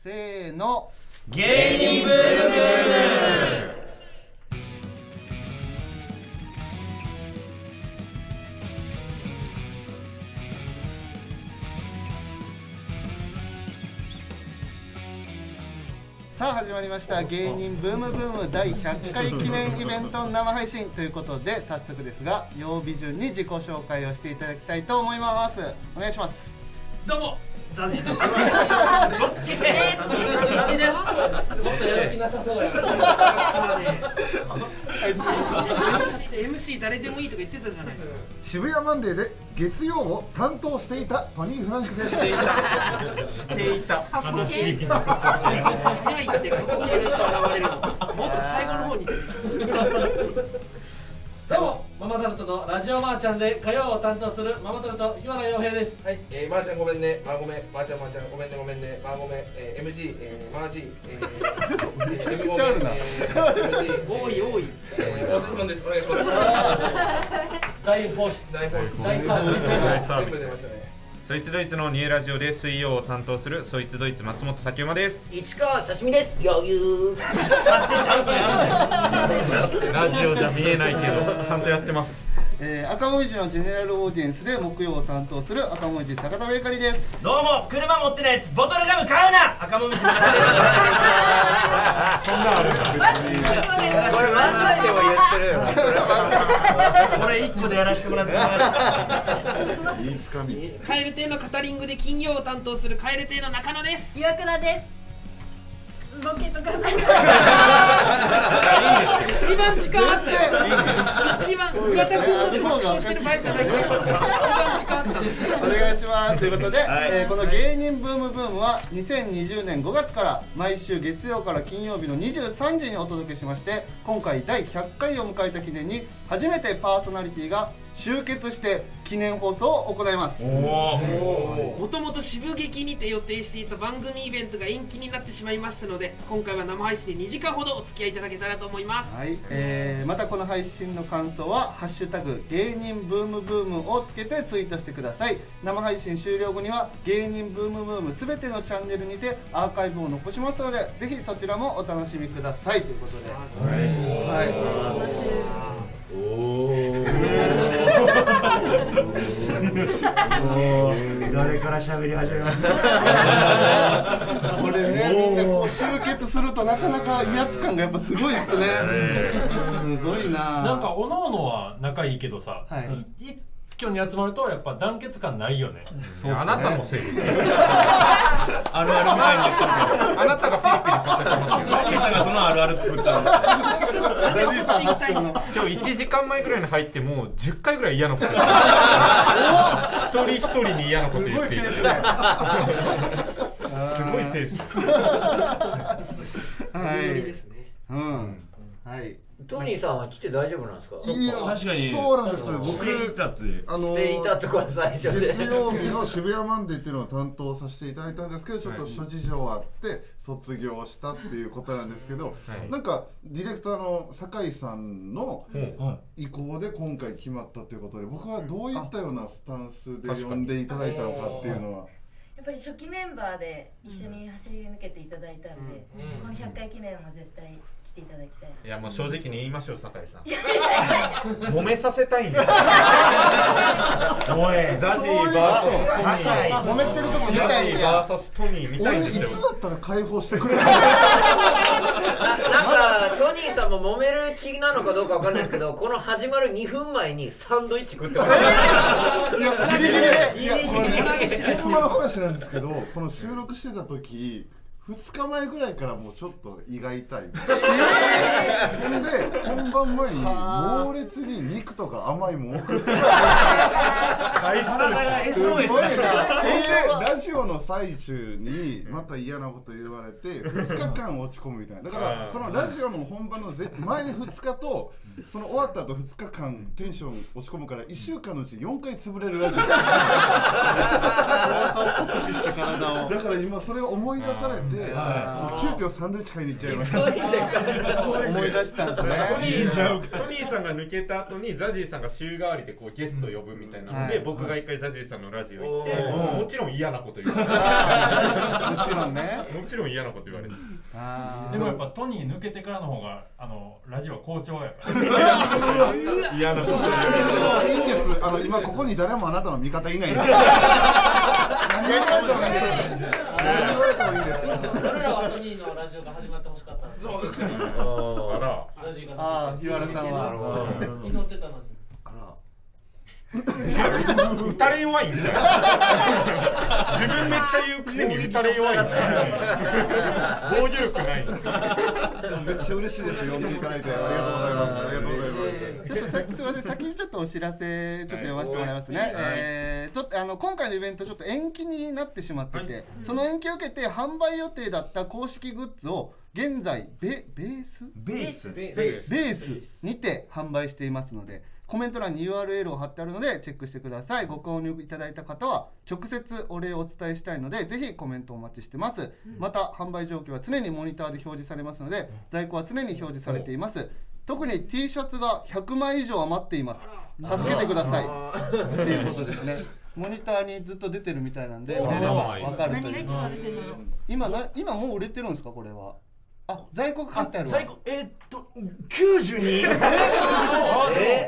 せーの芸人ブームブームさあ始まりました芸人ブームブーム第100回記念イベントの生配信ということで早速ですが曜日順に自己紹介をしていただきたいと思いますお願いしますどうも残念でした。どっちで残念です。もっとやる気なさそうやから。MC, MC 誰でもいいとか言ってたじゃないですか。渋谷マンデーで月曜を担当していたトニー・フランクです。楽しい。早いってここにいる人現れるの。もっと最後の方に。どうもママタルトのラジオマーちゃんで火曜を担当するママタルト日原洋平ですはい、えー、まー、ちゃんごめんね、まーごめん、まー、ちゃんまー、ちゃんごめんねごめんね、まーごめん、えー、MG、えー、まーじ、 えー、めちゃめちゃあるな。多い多い。えー、私もです、お願いします。 大放出大放出大サービス大サービ全部ス出ましたね。そいつドイツのニエラジオで水曜を担当するそいつドイツ松本竹馬です。市川刺身です余裕ラジオじゃ見えないけどちゃんとやってます。えー、赤もみじのジェネラルオーディエンスで木曜を担当する赤もみじ坂田ベーカリーですどうも車持ってないやつボトルガム買うな赤もみじの方です そんなあるこれ漫才でも言ってるよ。これ一個でやらせてもらってまいいつかみ。カエル亭のカタリングで金曜を担当するカエル亭の中野です。岩倉です。ボケとかない。一番時間あったよ。一番村田君ので爆笑してる場合じゃないから。一番時間あったの。お願いしますということで、えーこの芸人ブームブームは2020年5月から毎週月曜から金曜日の23時にお届けしまして今回第100回を迎えた記念に初めてパーソナリティが集結して記念放送を行いますおおー。もともと渋劇にて予定していた番組イベントが延期になってしまいましたので今回は生配信で2時間ほどお付き合いいただけたらと思います、はい、えー、またこの配信の感想は「ハッシュタグ芸人ブームブーム」をつけてツイートしてください生配信終了後には芸人ブームブームすべてのチャンネルにてアーカイブを残しますのでぜひそちらもお楽しみくださいということではいす誰から喋り始めますこれねみんなこう集結するとなかなか威圧感がやっぱすごいですねすごいななんか各々は仲いいけどさ、はいい一挙に集まるとやっぱ団結感ないよね。あなたのせいですよ。あるあるみたいに言ってるけどあなたがピリピリさせてますよ。マッキーさんがそのあるある作ったんです。ダディさん発祥の 今日1時間前ぐらいに入ってもう10回ぐらい嫌なこと言ってる一人一人に嫌なことす言ごっいていペるーすスだごいペースはいいいですねうんはいトニーさんは来て大丈夫なんですかいや、確かにそうなんです。僕、だってあのしていたー、とこは最初で月曜日の渋谷マンデーっていうのを担当させていただいたんですけど、ちょっと諸事情あって卒業したっていうことなんですけど、はいなんかディレクターの酒井さんのも意向で今回決まったということで、僕はどういったようなスタンスで呼んでいただいたのかっていうのは、やっぱり初期メンバーで一緒に走り抜けていただいたんで、この100回記念は絶対来ていただきたい。ういやもう正直に言いましょう 酒井さん 揉めさせた いんですおいザジーバーサストニー揉めてるとこ見ザたジいんーやバーサストニー見たいん俺いでつすだよったら解放してくれるななんかトニーさんも揉める気なのかどうかわかんないですけどこの始まる2分前にサンドイッチ食ってましたいや、ギリギリ。いや、これ、ギリギリほんまの話なんですけど、この収録してた時。2日前ぐらいからもうちょっと胃が痛い。ほんで本番前に猛烈に肉とか甘いもん多くて大ストレスす ごいなでラジオの最中にまた嫌なこと言われて2日間落ち込むみたいなだからそのラジオの本番の前前2日とその終わった後2日間テンション落ち込むから1週間のうち4回潰れる ラジオして体をだから今それを思い出されてで、はいもう急遽サンドイッチ買いに行っちゃいまし急いた。でから思い出したんでトニすねートニーさんが抜けた後にザジーさんが週替わりでこうゲスト呼ぶみたいなので、はい僕が一回ザジーさんのラジオ行って、おーもちろん嫌なこと言われもちろんねてもちろん嫌なこと言われてあーでもやっぱトニー抜けてからの方があのラジオ好調やから。 嫌なこと言われていいんです。あの今ここに誰もあなたの味方いないんで。何言われてもいいんです。何言われてもいいんです。俺らはトニーのラジオが始まってほしかったんですよそうですねあらラジオがあー始日まっ原てさんは祈ってたのに打たれ弱いんじゃん自分めっちゃ言うくせに打たれ弱いんだよ防御力ないでもめっちゃ嬉しいですよ。呼んでいただいてありがとうございます。ありがとうございます。ちょっとさすみません先にちょっとお知らせちょっと読ませてもらいますね、はいえーちょっとあの今回のイベントちょっと延期になってしまってて、その延期を受けて販売予定だった公式グッズを現在ベベースベースベースにて販売していますのでコメント欄に URL を貼ってあるのでチェックしてくださいご購入いただいた方は直接お礼をお伝えしたいのでぜひコメントお待ちしてます、また販売状況は常にモニターで表示されますので在庫は常に表示されています特に T シャツが100枚以上余っています助けてくださいっていうことですねモニターにずっと出てるみたいなんで値段が分かると何がい一う番売れてんだろう今な今もう売れてるんですかこれはあ在庫書いてあるわ最高えーっと92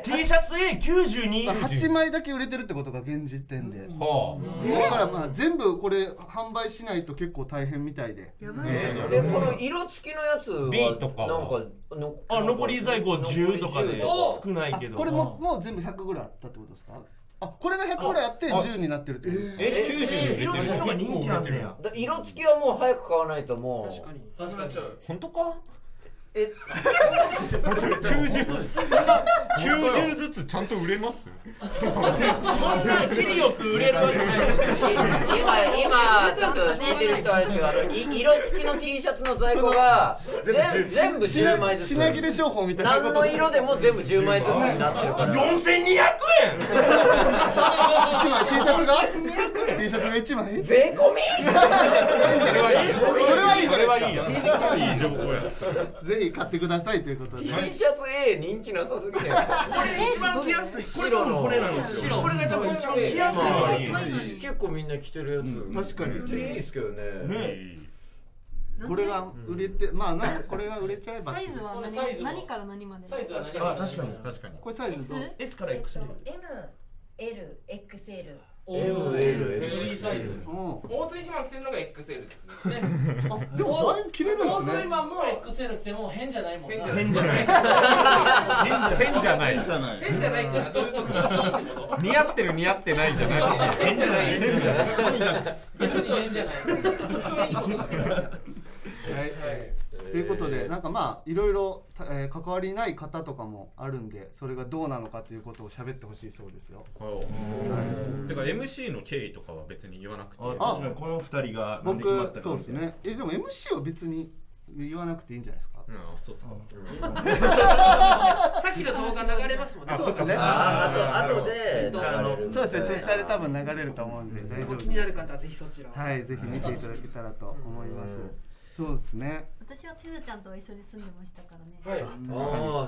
T シャツ A92 8枚だけ売れてるってことが現時点で、はだからまあ全部これ販売しないと結構大変みたいでやばいえねでこの色付きのやつは B とかはなんかのあ残り在庫10とかで残少ないあけどこれももう全部100ぐらいあったってことですかあこれが100ぐらいあって10になってるってことですかえ九え十色付きの方が人気あんねやり10だ色付きはもう早く買わないともう確かに確かに本当か？え90ずつちゃんと売れますこんな切りよく売れるわけないしい今今ちょっと聞いてる人はあれですけどあのい色付きの T シャツの在庫が全全部10枚ずつ品切れ商法みたいな何の色でも全部10枚ずつになってるから4200 1枚 T シャツが T シャツが1枚税込みそれはいいそそれはいいれはいいやそれはいい情報やぜひ買ってくださいということで T シャツ A 人気なさすぎこてれ一番着やすいこれ多分これなんですよ白これが多分一番着やすいのに結構みんな着てるやつ、確かにめっちゃいいですけどねねこれが売れてまあなこれが売れちゃえばサイズはこの何サイズは何から何までサイズは確あ確かに確かに。これサイズどう S? S から X に MLXL おー MLL フリーサイズうん大鳥ひま着てるのが XL ですねあでもだいぶ切れるんで大す鳥ねマンも XL 着ても変じゃないもん変じゃなない変じゃない変じゃないいいじゃない。変じゃないってのはどういうこと似合ってる似合ってないじゃない変じゃない変じゃない別に変じゃないはいということで、なんかまあいろいろ、たえー関わりない方とかもあるんでそれがどうなのかということを喋ってほしいそうですよてか MC の経緯とかは別に言わなくてあ確かにこの二人がなんで決僕まったのそうですねえでも MC は別に言わなくていいんじゃないですかうんあそうっすかさっきの動画流れますもんねあそうっすねああとあとであのそうですねツイッターで多分流れると思うんで大丈お夫気になる方はぜひそちらをはいぜひ見ていただけたらと思いますそうですね私はピズちゃんと一緒に住んでましたからね。はいあ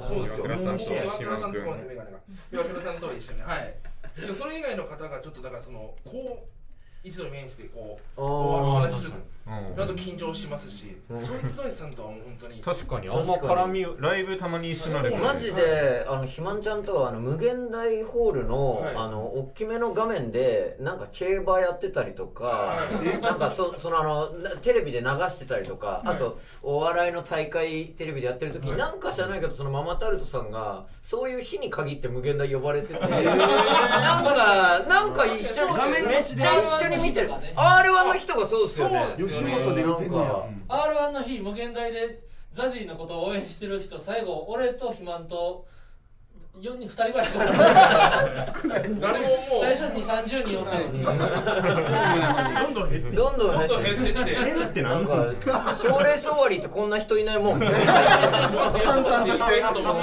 あそうですよ岩倉さんと岩島倉さん君とこですメガネが岩倉さんとは一緒にはいでもそれ以外の方がちょっとだからそのこう一度に面してこうあおー話しするなど緊張しますしそいつどいさんとは本当に確かにあんま絡みライブたまに一緒になれるマジであのひまんちゃんとはあの無限大ホールの,、はいあの大きめの画面でなんか競馬やってたりとか なんかそそのあのなテレビで流してたりとか、あとお笑いの大会テレビでやってる時に、はいなんか知らないけどそのママタルトさんがそういう日に限って無限大呼ばれてて、なんかなんか一緒に画面めっ越しでちゃ一緒に見てる画面越しと R1 の人がそうっすよねそうですよね吉本で見てんねやなんか R1 の日無限大でザジーのことを応援してる人最後俺と肥満と4人2人ぐらいしかおら ん誰ももう最初に30人おったのにどんどん減ってどんどん減ってって減るってなんか賞レース終わりってこんな人いないもん閑散としてなんかも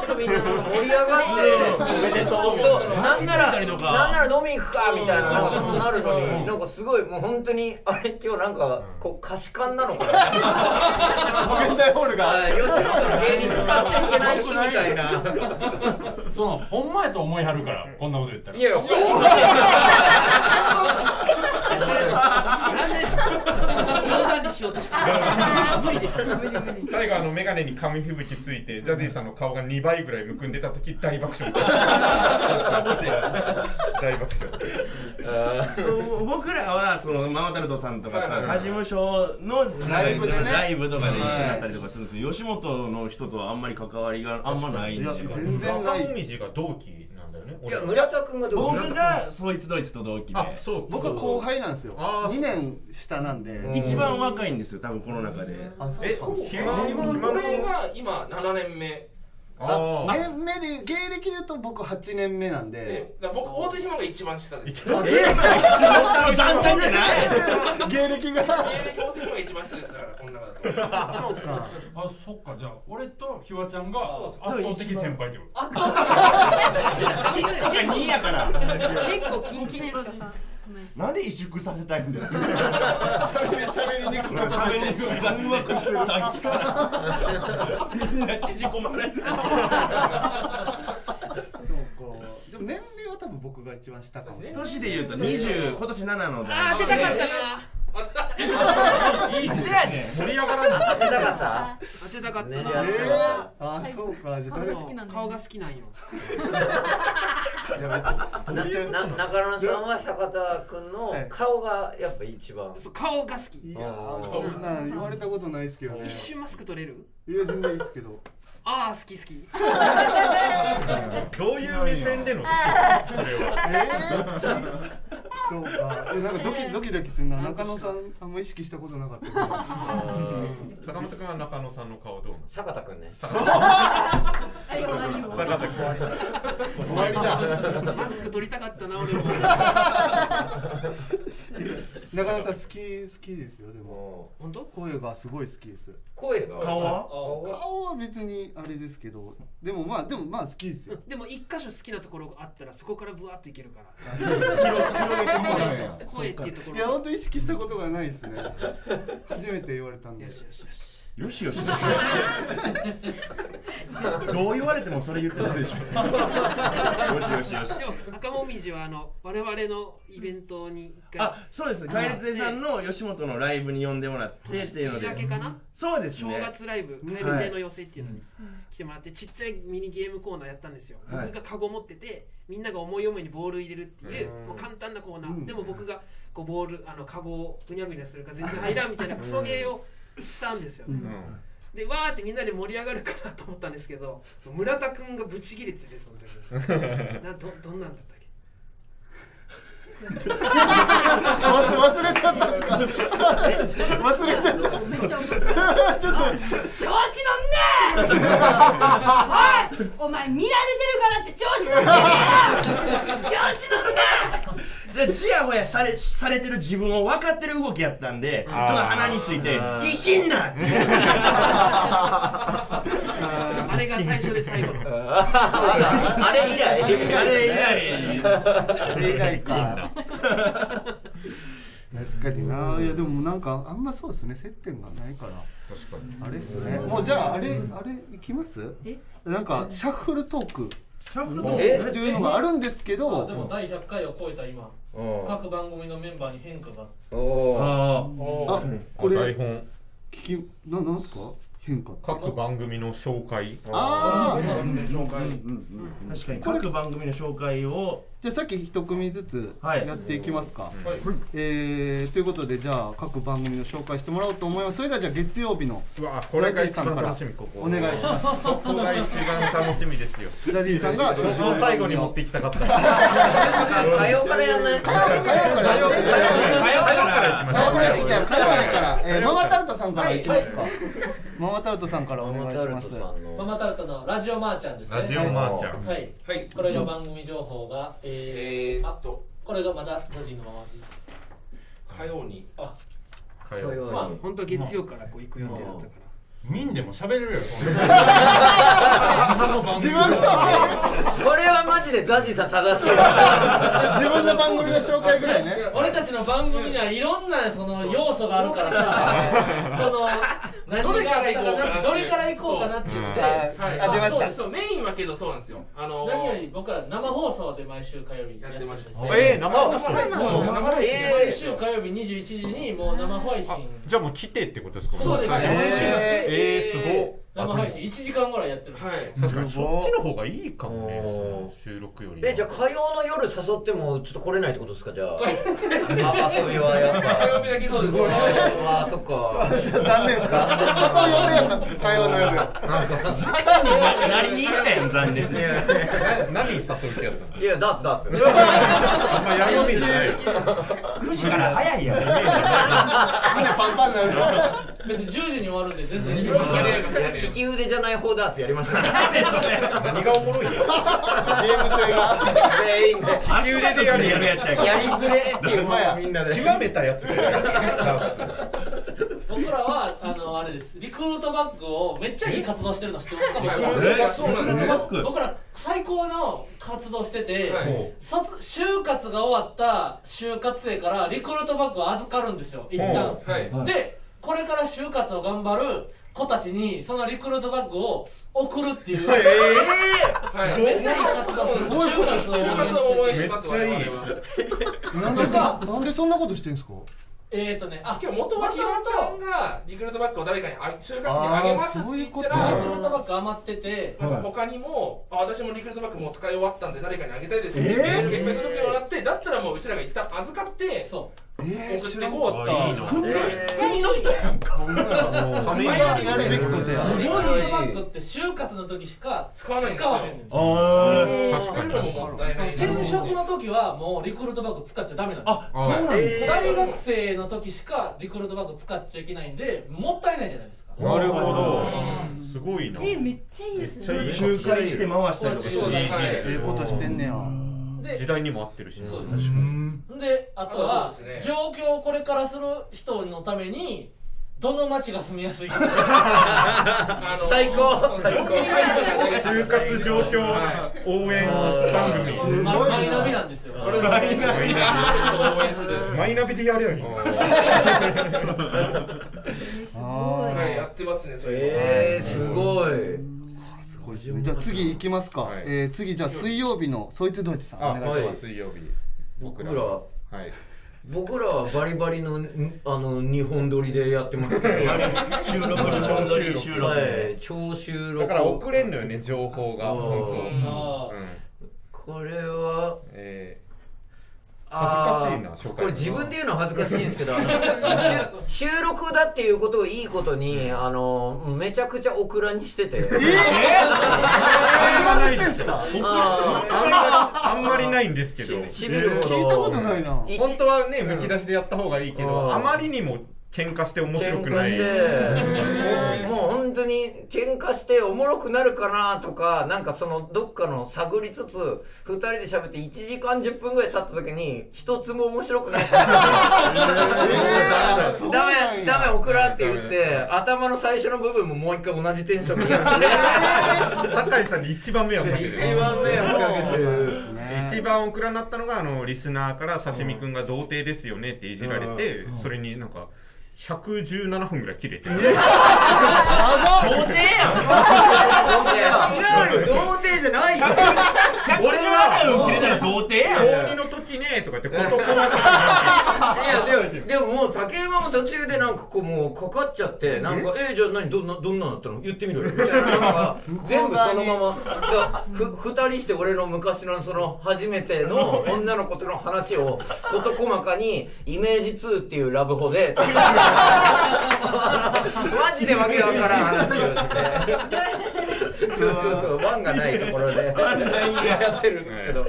っとみんななんか盛り上がっておめでとうみたいなそうなんな気づいらたりとかなんなら飲み行くかみたいななんかそんななるのになんかすごいもう本当にあれ今日なんかこう貸し館なのかな無限大ホールがはい吉本の芸人使っちゃいけない日みたいなそのほんまやと思いはるからこんなこと言ったらいやいや冗談にしようとして無理です無理無理最後あのメガネに紙吹雪ついてジャディさんの顔が2倍ぐらいむくんでた時大爆笑大爆笑僕らはそのママタルトさんとか他事務所のライブでねライブとかで一緒になったりとかするんですけど、吉本の人とはあんまり関わりがあんまないんですよいや全然ない赤もみじが同期なんだよねいや村田君が同期僕がそいつドイツと同期で僕は後輩なんですよ2年下なんで一番若いんですよ多分この中でえ俺が今7年目あ年目で芸歴で言うと僕8年目なんでだから僕大手ひまが一番下です番下え下の段階じゃない芸歴が芸歴大手ひまが一番下ですだからこの中だとそうかあそっかじゃあ俺とひわちゃんが圧倒的先輩ってこと1か2や から結構キンキンですよなんで萎縮させたいんですか喋りにくく喋りにくく困惑してるさっきから みんな縮こまないですでも年齢は多分僕が一番下かもしれない年で言うと20今年7の代あー出たかったいいじゃあね盛り上が当てたかった当てたかったねなやったわあーそうかじゃあ誰も顔が好きなんよなな中野さんは坂田君の顔がやっぱ一番顔が好きいやーそんなん言われたことないですけどね一瞬マスク取れるいや全然いいですけどああ好き好きどういう目線での好きそれえーはそうかえなんかドキドキドキするな中野さんあんま意識したことなかったけど坂本君は中野さんの顔どうなの坂田君ね坂田君終わり終わりだマスク取りたかったな俺も中野さん好き好きですよでも本当声がすごい好きです声が顔は顔は顔は別にあれですけどでもまあでもまあ好きですよでも一箇所好きなところがあったらそこからブワーっといけるから 声っていうところいや本当意識したことがないですね初めて言われたんでよしよ しよしどう言われてもそれ言ってたでしょよしよしよしでも赤もみじはあの我々のイベントに一回あそうです楓亭さんの吉本のライブに呼んでもらってっていうので年明けかなそうですね正月ライブはい蛙亭の寄せっていうのに来てもらってちっちゃいミニゲームコーナーやったんですよはい僕がカゴ持っててみんなが思い思いにボール入れるっていうもう簡単なコーナーでも僕がこうボールあのカゴをぐにゃぐにゃするから全然入らんみたいなクソゲーをしたんですよでわーってみんなで盛り上がるかなと思ったんですけど村田君がブチギレててそ の時などどんなんだったっけ忘れちゃったんすか忘 れちゃったち調子乗ょっんなおいお前見られてるからって調子乗ってねえよ調子乗んなじゃちやほやされされてる自分を分かってる動きやったんでちょっと鼻について「生きんな!」ってあれが最初で最後あれ以来あれ以来あれ以来か確かにないやでもなんかあんまそうですね接点がないから確かにあれっすねもうじゃああれあれいきますなんかシャッフルトークシャッフルトークっていうのがあるんですけあどでも第100回を超えた今うん各番組のメンバーに変化がおああこれ台本聞きななんすか変化各番組の紹介あー確かに各番組の紹介をじじゃあさっき一組ずつやっていきますか、えーということでじゃあ各番組の紹介してもらおうと思いますそれではじゃあ月曜日のこれが一番楽しみここお願いしますここが一番楽しみですよザディさんがここを最後に持ってきたかった火曜からやんない火曜火から曜から火曜から火曜からえーママタルトさんからいきますかママタルトさんからお願いしますママタルトのラジオマーちゃんですね。ラジオマーちゃんはい。はい。これの番組情報が、えー、あと、これがまだ個人のままです。火曜にあ火曜にまあ本当は月曜からこう行く予定だったから見んでも喋れるよ。自分のこれはマジでザジさん正しいわ 自分の番組の紹介ぐらいね俺たちの番組にはいろんなその要素があるからさ、その何どれがかあらっ行たこうかかななってどれから行こうかなって言って、はいあそうそうでですすそうメインはけどそうなんですよあのー何より僕ら生放送で毎週火曜日やってましたえー生放送そうなんですよ生生配信毎週火曜日21時にもう生配信じゃあもう来てってことですかそうですね毎週ええーーすごっ生配信1時間ぐらいやってるんですよ、確かにそっちの方がいいかもねその収録よりえじゃあ火曜の夜誘ってもちょっと来れないってことですかじ ゃああ遊びはやっぱ火曜日だけそうですねああそっか 残念ですかそういう予定やったんですか火 曜の夜なりに行ったやん残念何誘う気やったいやダーツダーツ あんまやるみじゃないよ9時から早 いやん胸パンパンになる別に10時に終わるんで全然いいいや利き腕じゃない方ダーツやりましょう何がおもろいよゲーム性が全員で秋腕でやるやつやからやりづれっていうやみんなで極めたやつ僕らはあのあれですリクルートバッグをめっちゃいい活動してるの知ってますかえそうなんですよ僕ら最高の活動してて、い卒就活が終わった就活生からリクルートバッグを預かるんですよ一旦、はいでこれから就活を頑張る子たちにそのリクルートバッグを送るっていう、はいめっちゃいい活動する就活を応援就活を応援します我々はなんでなんでそんなことしてんですかえーとねあ今日元はひろちゃんがリクルートバッグを誰かにあ就活にあげますって言ったリクルらートバッグ余ってて、なんか他にもあ私もリクルートバッグもう使い終わったんで誰かにあげたいですっていうメールがいっぱい届くようになってだったらもううちらが一旦預かってそ送ってこうっいいていうな国の国の人やんかために前ながるやれることリクルやートバッグって就活の時しか使わないんです使わへんねよん確かにそういうのももったいないな転職の時はもうリクルートバッグ使っちゃダメなんですあそうなんですえ大学生の時しかリクルートバッグ使っちゃいけないんでもったいないじゃないですかなるほどすごいなえめっちゃいいですねめっちゃいい仲介して回したりとかしていいそういうことしてんねやで時代にも合ってるしそううですであとあはそうですね状況をこれからする人のためにどの町が住みやすいか あの最高最高就活状況応援番組まマイナビなんですよこれマイナビ応援するマイナビでやるよりあ はいーやってますねそれえーすごいすごいですねじゃあ次行きますかはいえー次じゃあ水曜日のそいつどいちさんお願いします水曜日僕らはい僕らはバリバリのんあの日本撮りでやってますけど収録のちょうどいい収録はい超収録だから遅れんのよね情報がうん本あ当うんこれはえあー恥ずかしいな紹介これ自分で言うのは恥ずかしいんですけ どあのしゅ収録だっていうことをいいことにあのめちゃくちゃオクラにして て何してんすかあーーあんまりないんですけどしびるほ聞いたこどとないな一本当はねむき出しでやった方がいいけうどんあまりにも喧嘩して面白喧く嘩ないしてもうもう本当に喧嘩しておもろくなるかなとかなんかそのどっかの探りつつ2人で喋って1時間10分ぐらい経った時に一つも面白くなえいーそうダなんメやダメオクラって言って 頭の最初の部分ももう一回同じテンションでやって酒井さんに一番迷惑かけてる一番迷惑かけてる一番オクラになったのがあのリスナーから刺身くんが童貞ですよねっていじられて、それになんか117分ぐらい切れて、童貞やん違うよ童貞じゃないよ俺の7分切れたら童貞やん高2の時きねえとかってこと細かいやでもでももう竹馬も途中でなんかこうもうかかっちゃってなんかえじゃあ何どんなどんなのだったの言ってみろ よみたいななんか全部そのままだふ二人して俺の昔のその初めて の女の子との話を事細かにイメージ2っていうラブホ でマジでわけわからん話をしてそうそうそうワンがないところでやってるんですけど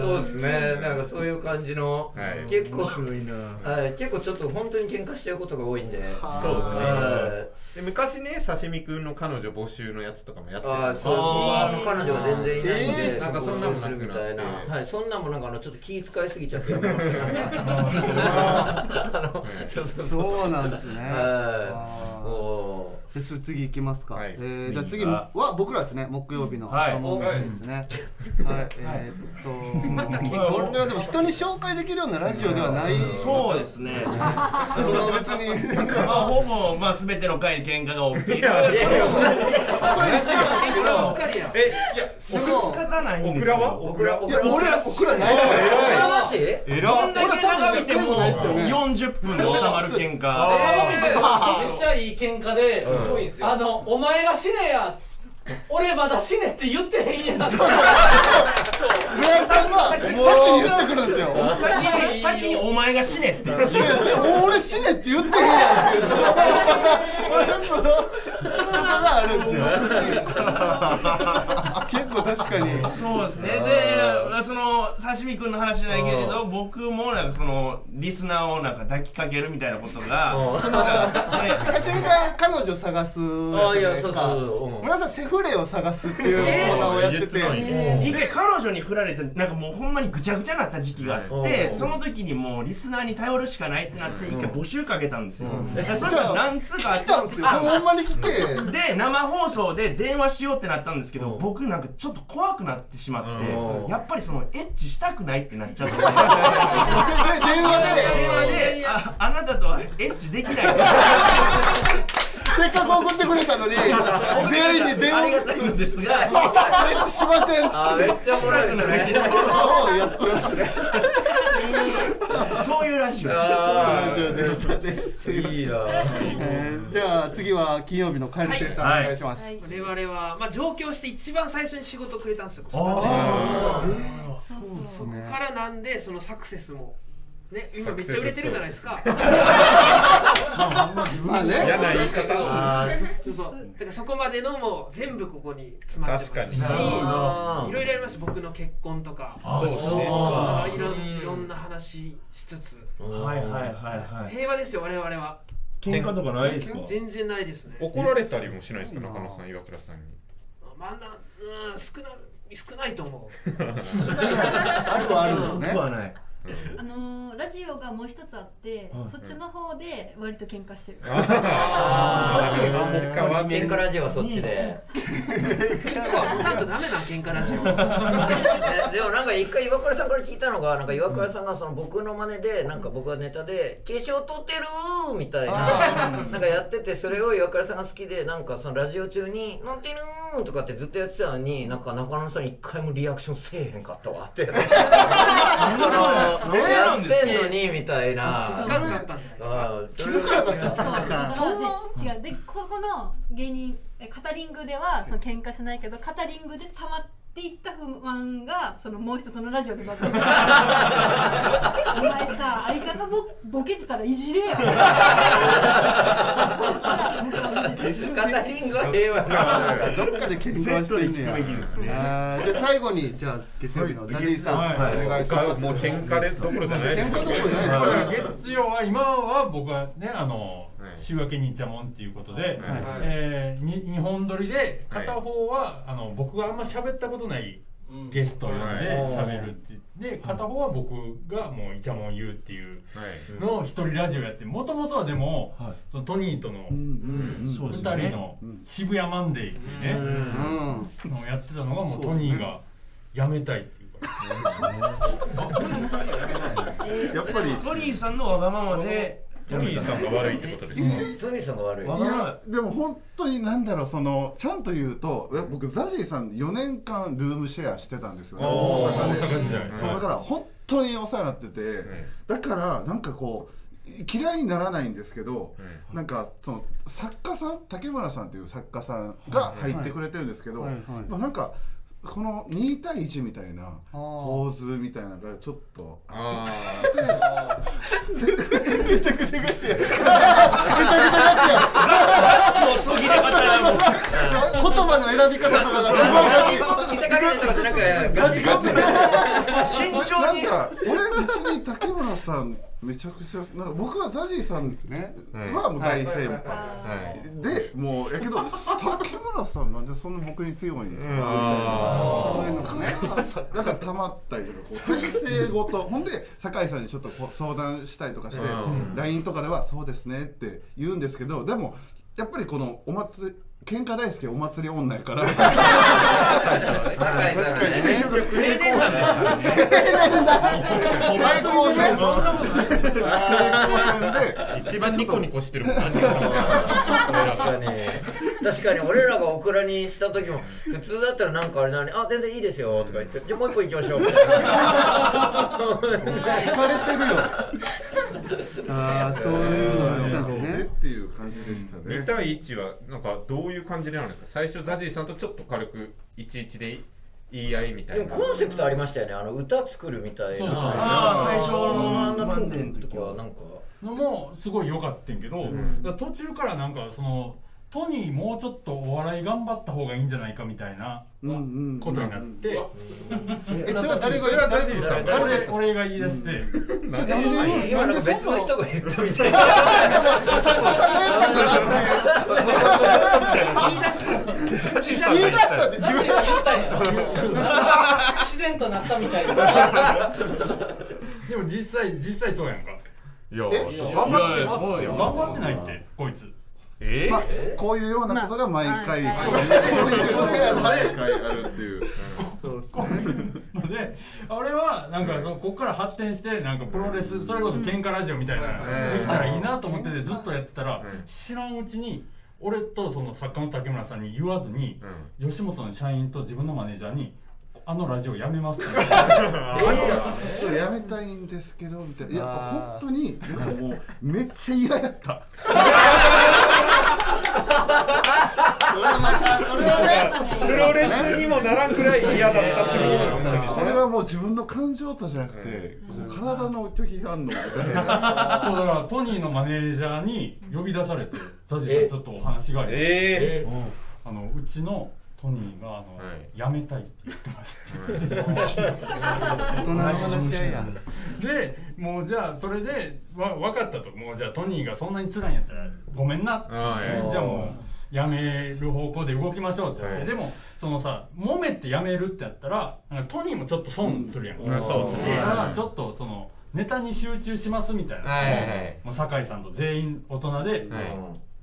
そうですねなんかそういう感じのはい結構面白いなはい、結構ちょっと本当に喧嘩しちゃうことが多いんで、そうですねはで昔ね刺身くんの彼女募集のやつとかもやっていあーそうあの彼女は全然いないんで、えーなんかそんなもんなくみなたいな、ってはい、そんなもんなんかあのちょっと気遣いすぎちゃってやめましたねあのそうそうそうそうなんですね。はいおじゃあちょっと次行きますか。えーじゃあ次次はは僕らですね。木曜日のはいこの問題ですね。はい。えーっと、 これはでも人に紹介できるようなラジオではない。そうですねその別に。まあほぼ、まあ、全ての回に喧嘩が起きているやいやいやえいやその仕方ないんですよオクラはオクラいや俺らオクラないですよ偉いオクラなし偉いどんだけ長めてもオクラ多分やってもないですよ40分で収まる喧嘩めっちゃいい喧嘩で、あの、お前が死ねや。俺まだ死ねって言ってへんやん。村井さんが先に言ってくるんですよ。先に先にお前が死ねって言ういやいや俺死ねって言ってへんやんっていうそのそのその場があるんですよ結構確かにそうですねでその刺身くんの話じゃないけれど僕もなんかそのリスナーをなんか抱きかけるみたいなことがなんかね刺身さん彼女探すあいやそうそうそううん村井さんセフレを探すっていうコえーーナーをやってて一回彼女に振られてなんかもうほんまにぐちゃぐちゃなった時期があって、はいその時にもうリスナーに頼るしかないってなって一回募集かけたんですよ、んでそしたら何通か集まって来たんですよほんまに来てで生放送で電話しようってなったんですけど、僕なんかちょっと怖くなってしまって、うんやっぱりそのエッチしたくないってなっ ちゃって電電話で話でああなたとはエッチできないってせっかく送ってくれたのに全員に電話ありがたいんですがめっち ゃしませんあめっちゃおもろいですねそうやってますねそういうラジオそういうラジオでしたねすいませんいいなえーじゃあ次は金曜日のカエル亭さんお願いします我々は、まあ、上京して一番最初に仕事くれたんですよ。あーうんそうですそこねからなんでそのサクセスもね今めっちゃ売れてるじゃないですか。まあね嫌な言い方あーそうそう。だからそこまでのもう全部ここに詰まってますし、い確かにあーろいろありました僕の結婚とか、あそうですねそうかいろんいろんな話しつつ、はいはいはいはい平和ですよ我々は。喧嘩とかないですか全然ないですね。怒られたりもしないですか中野さん岩倉さんにまあなうん少な少ないと思 う。あるはあるんですね僕はないあのーラジオがもう一つあって、そっちの方で割と喧嘩してる。あーこっちがあー喧嘩ラジオはそっちで結構はダメな喧嘩ラジオ。でもなんか一回岩倉さんから聞いたのがなんか岩倉さんがその僕の真似でなんか僕がネタで「化粧取ってるー」みたいななんかやっててそれを岩倉さんが好きでなんかそのラジオ中に「なんてるー」とかってずっとやってたのになんか中野さん一回もリアクションせえへんかったわってそのやってんのにみたいな気づかなかったんあーそれそう違うでここの芸人えカタリングではその喧嘩しないけどカタリングで溜まっていった不満がそのもう一つのラジオで 爆発お前さ相方ボボケてたらいじれよカタリングは平和どっかで喧嘩はしてんねやあーじゃあ最後にじゃあ月曜日のザニーさん、はいお願いしますもう喧嘩でどころじゃないです喧嘩どころじゃないですね月曜は今は僕はねあの週明けにいちゃもんっていうことで、えーに日本撮りで片方はあの僕があんま喋ったことないゲストを呼んで喋るってで片方は僕がもういちゃもん言うっていうの一人ラジオやってもともとはでもそのトニーとのんうんそう2です人よねの渋谷マンデーっていうねのをやってたのがもうトニーが辞めたいっていうやっぱりトニーさんのわがままでトニーさんが悪いってことですねトニーさんが悪いわわががままままでも本当になんだろうそのちゃんと言うといや僕ザジーさん4年間ルームシェアしてたんですよねおー大阪で大阪時代そうはいだから本当にお世話になってて、だからなんかこう嫌いにならないんですけど、なんかその作家さん竹村さんという作家さんが入ってくれてるんですけど、はいまあ、なんかこの2対1みたいな構図みたいなのがちょっとあってめちゃくちゃガチやめちゃくち ゃガチやガチの次でまた言葉の選び方とか見せかけてとかじゃなくガチガチ慎重になんか俺別に竹村さんめちゃくちゃなんか僕はザジーさんですねはもう大先輩、でもうやけど竹村さんなんでそんな僕に強いんあー僕がなんかたまったりとかこう体制ごとほんで酒井さんにちょっとこう相談したりとかしてうん LINE とかでは「そうですね」って言うんですけどでもやっぱりこのお祭り喧嘩大好きお祭り女やから確かにね成年なんです青年だお前高専そんなも一番ニコニコしてるもんな確かに確かに俺らがオクラにした時も普通だったらなんかあれなにあ全然いいですよとか言ってじゃあもう一本行きましょうみたいなあーそういうのやったんですねっていう感じでしたね2対1はなんかどういう感じでなるんですか最初ザジーさんとちょっと軽く11で言い合いみたいでなもコンセプトありましたよねあの歌作るみたいなそうそうああー最初のあんなトークの時はなんかのもすごい良かったんけど、だから途中からなんかそのトニーもうちょっとお笑い頑張った方がいいんじゃないかみたいなことになって、えそれは誰がそれはダジーさんが俺俺が言い出して、なんでそんなに今なんか別の人が言ったみたい な佐藤さんが言ったんだな言い出言い出したってだって言ったんやろなんか自然となったみたいなでも実際実際そうやんかいやえそう頑張ってますよいや頑張ってないってこいつえまあ、こういうようなことが毎回、まあこうはいいうことが毎回あるっていう。ので俺はなんかそのここから発展してなんかプロレスそれこそ喧嘩ラジオみたいなできたらいいなと思っててずっとやってたら知らんうちに俺とその作家の竹村さんに言わずに吉本の社員と自分のマネージャーに「あのラジオやめ ます」って言われてちょっとやめたいんですけどみたいな。いや本当になんかもうめっちゃ嫌やった。それはまあしゃそれはねプロレスにもならんくらい嫌だったってことだよねそれはもう自分の感情とじゃなくて、こう体の拒否反応みたいな。そうだからトニーのマネージャーに呼び出されて「ザジさんちょっとお話があります」えうんあのうちのトニーがあの、辞めたいって言ってますって大人の話し合いやでもうじゃあそれでわ分かったともうじゃあトニーがそんなに辛いんやったらごめんなってああええじゃあもうやめる方向で動きましょうって言われて、はでもそのさ揉めてやめるってやったらなんかトニーもちょっと損するやん、うんうんそうっすねだからちょっとそのネタに集中しますみたいな、はいはいもう酒井さんと全員大人で、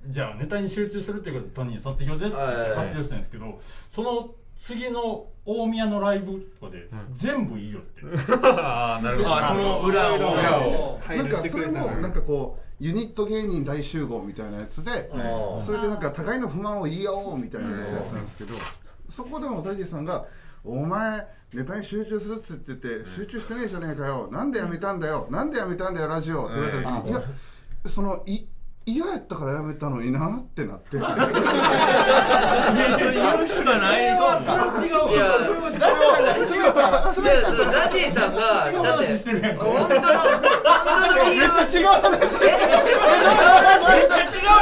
じゃあネタに集中するってことに卒業ですって発表したんですけど、その次の大宮のライブとかで全部いいよって、 あーなるほどあその裏を裏をなんかそれもなんかこうユニット芸人大集合みたいなやつでうんそれでなんか互いの不満を言い合おうみたいなやつやったんですけどそこでも大地さんが「お前ネタに集中するっつって言って集中してねえじゃねえかよなんでやめたんだよなんでやめたんだよラジオ」って言われた時に「いやそのい嫌やったからやめたのにな」ってなって。 言うしかないですよいやダジーさんが詰めたい詰めやたそうダディさんがだって本当の本当の理由めっちゃ違う話めっちゃ違う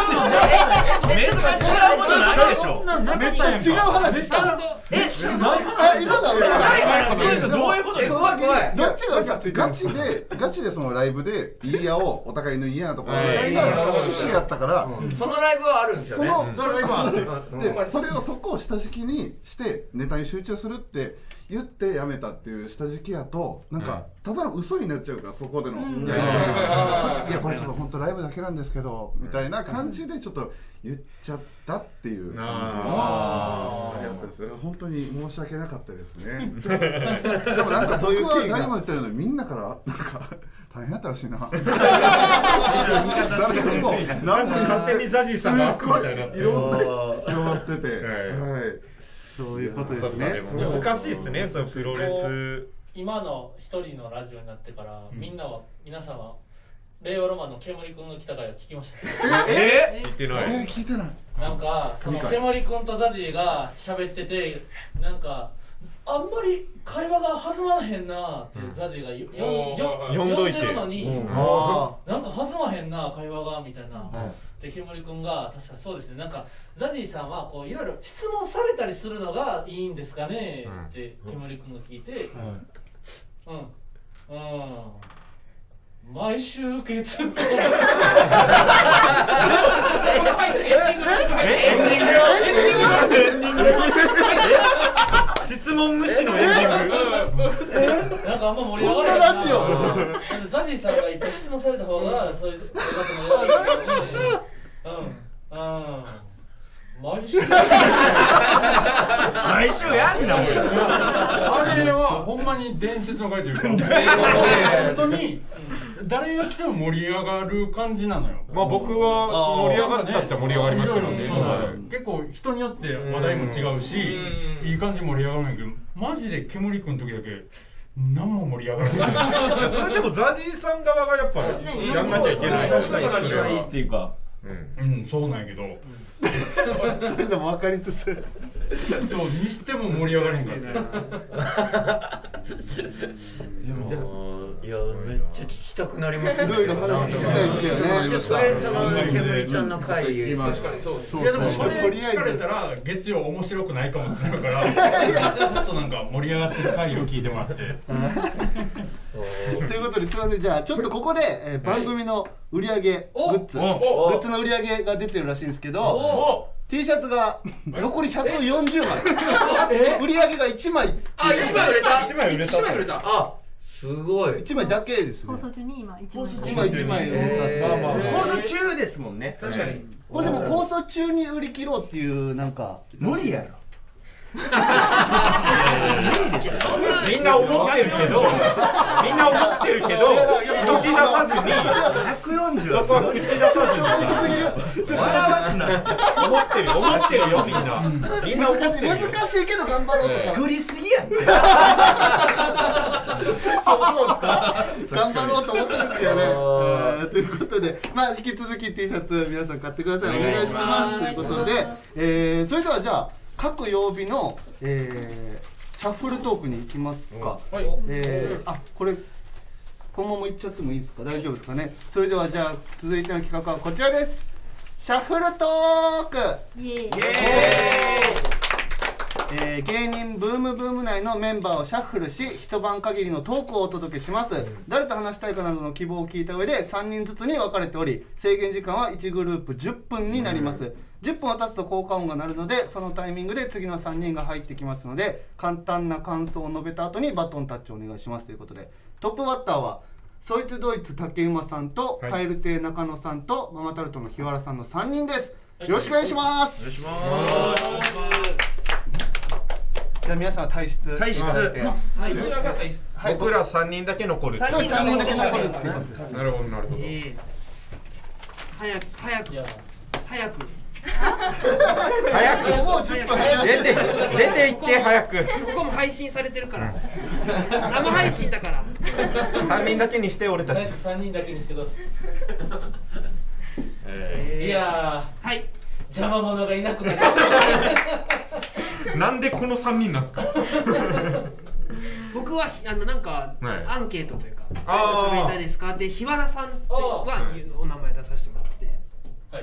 んですよめっちゃ違うことないでしょめっちゃ違う話したえ今のはどういうことですかどっちが嘘ついてガチでガチでそのライブで言い合おうお互いの嫌なところみたいな趣旨やったからそのライブはあるんですよねそのそのうんでそれをそこを下敷きにしてネタに集中するって言ってやめたっていう下敷きやとなんかただの嘘になっちゃうからそこでのうんやり取りうんそういやこれちょっと本当ライブだけなんですけどみたいな感じでちょっと言っちゃったっていう感じのあーあれやったんですよ本当に申し訳なかったですねでもなんか僕は誰も言ってるのにみんなからなんか大変やったらしいな誰にもなんか勝手にザジーさんが悪みたいになっていろんな広がってて、はい、そういうことそうかでも難しいですね、そのプロレス。今の一人のラジオになってから、みんなは皆さんは令和ロマンの煙くんが来たから聞き ましたかええ聞いてないえ聞いてないなんかその神回煙くんとザジーが喋っててなんかあんまり会話が弾まらへんなーってザジーがよよよ呼んどいて呼んでるのに、うんあーなんか弾まへんな会話がみたいな、で煙くんが確かそうですねなんかザジーさんはこういろいろ質問されたりするのがいいんですかねって煙くんが聞いて、うんうん毎週月曜質問無視のエンディングなんかあんま盛り上がらないジザジーさんがいっぱい質問された方がそういうこともやるうんうん毎週毎週やんなもんあれはほんまに伝説の 回というか本当に誰が来ても盛り上がる感じなのよまあ僕は盛り上がったっちゃ盛り上がりましたけどねいろいろそう結構人によって話題も違うしいい感じに盛り上がるんやけどマジで煙くん時だけ何も盛り上がらないそれでもザジーさん側がやっぱやんなきゃいけない確かにそれはいいっていうかうん、そうなんやけどそれでも分かりつつそうにしても盛り上がれへんから でもいやめっちゃ聞きたくなりますねいろいろ話聞きたいですけどねちょっととりあえずその煙ちゃんの回確かにそうですいやでもそれ聞かれたら月曜面白くないかもってなるからもっとなんか盛り上がってる回を聞いてもらってということですいませんじゃあちょっとここで、えー番組の売り上げグッズグおッズの売り上げが出てるらしいんですけどお T シャツが残り140え枚売り上げが1枚あ一枚売れた一枚売れた一枚売れたあすごい1枚だけですね放送中に今一枚今1枚売れたまあまあまあ放送中ですもんね確かにこれでも放送中に売り切ろうっていうなんか無理やろみんな思ってるけどみんな思ってるけど口出さずにそこは口出さずに笑わすな思ってる思ってるよみんなみんな思ってるよ難しいけど頑張ろうと作りすぎやん 頑張ろうと思ったんですけど ね。うんということで、まあ、引き続き T シャツ皆さん買ってください。お願いします。ということで、えーそれではじゃあ、各曜日の、えーシャッフルトークに行きますか。えーあ、これ、このまま行っちゃってもいいですか大丈夫ですかね。それではじゃあ、続いての企画はこちらです。シャッフルトークイエーイえー芸人ブームブーム内のメンバーをシャッフルし一晩限りのトークをお届けします、誰と話したいかなどの希望を聞いた上で3人ずつに分かれており制限時間は1グループ10分になります、10分を経つと効果音が鳴るのでそのタイミングで次の3人が入ってきますので簡単な感想を述べた後にバトンタッチをお願いしますということでトップバッターはそいつドイツ竹馬さんと、はいカエル亭中野さんとママタルトの日原さんの3人ですよろしくお願いします、じゃあ皆さんは体質体質は はいいこちらが体質はい僕ら三人だけ残る三人そう三人だけ残るっていうことですなるほどなるほど早く早く早く早くもう10分出て出て行って早くここも配信されてるから生配信だから三人だけにして俺たち3人だけにしてくださいえいやーはい邪魔者がいなくなりましたーなんでこの三人なんですか 僕はあのなんか、はいアンケートというか「あー誰と喋りたいですか?」で日原さんはお名前出させてもら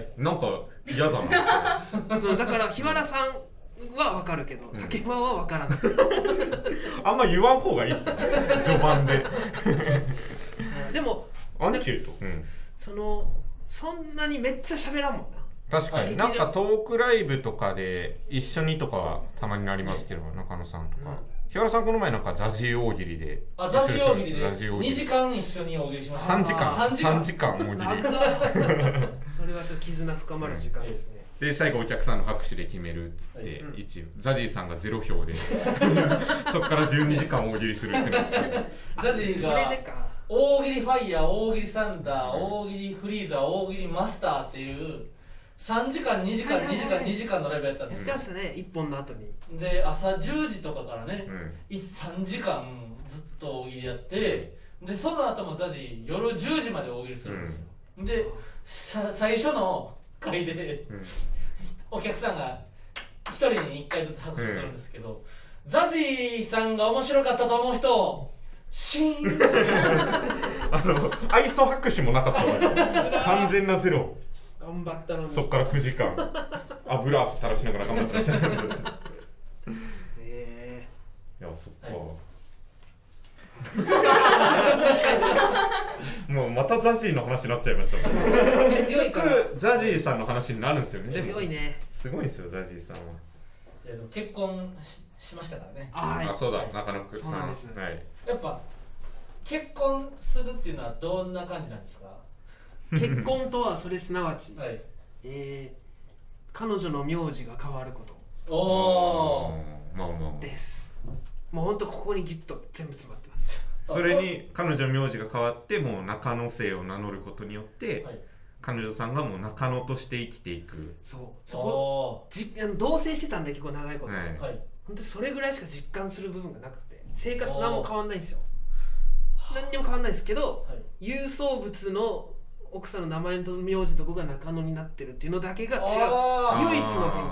ってなんか嫌だなそうだから日原さんは分かるけど竹馬は分からない、あんま言わん方がいいっすよ序盤で でもアンケート、うん、そのそんなにめっちゃ喋らんもんな確かに、はないんかトークライブとかで一緒にとかはたまになりますけど、中野さんとか、日原さんこの前なんかザジー大喜利であザジ大喜利でザジー大喜2利時間一緒に大喜利しました3時間3 3時時間間 大喜利それはちょっと絆深まる時間ですね、で最後お客さんの拍手で決めるっつって、うん一応ザジーさんが0票で そっから12時間大喜利するってな ってザジーそがれでか大喜利ファイヤー大喜利サンダー大喜利フリーザー大喜利マスターっていう3時間2時間はいはい2時間はい2時間のライブやったんですやってましたね1本の後にで朝10時とかからね、うんい3時間ずっと大喜利やってでその後もザジ夜10時まで大喜利するんですよ、でさ最初の回で、お客さんが1人に1回ずつ拍手するんですけど、ザジさんが面白かったと思う人シーン あの愛想拍手もなかったわ完全なゼロ頑張ったのにそっから9時間油汗垂らしながら頑張ってましたねえいやそっか、ー もうまたザジーの話になっちゃいましたね結局ザジーさんの話になるんですよねでも強いねすごいんですよザジーさんは、いやでも結婚ししましたからねあそうだ中野さんそうなんですはいやっぱ結婚するっていうのはどんな感じなんですか結婚とはそれすなわち、えー彼女の名字が変わることおまあまあまあですもうほんとここにギュッと全部詰まってますそれに彼女の名字が変わってもう中野姓を名乗ることによって、彼女さんがもう中野として生きていくそうそこじあの同棲してたんで結構長いこと、はいはい本当にそれぐらいしか実感する部分がなくて生活何も変わんないんですよ何にも変わんないですけど、郵送物の奥さんの名前と名字のとこが中野になってるっていうのだけが違うあー唯一の変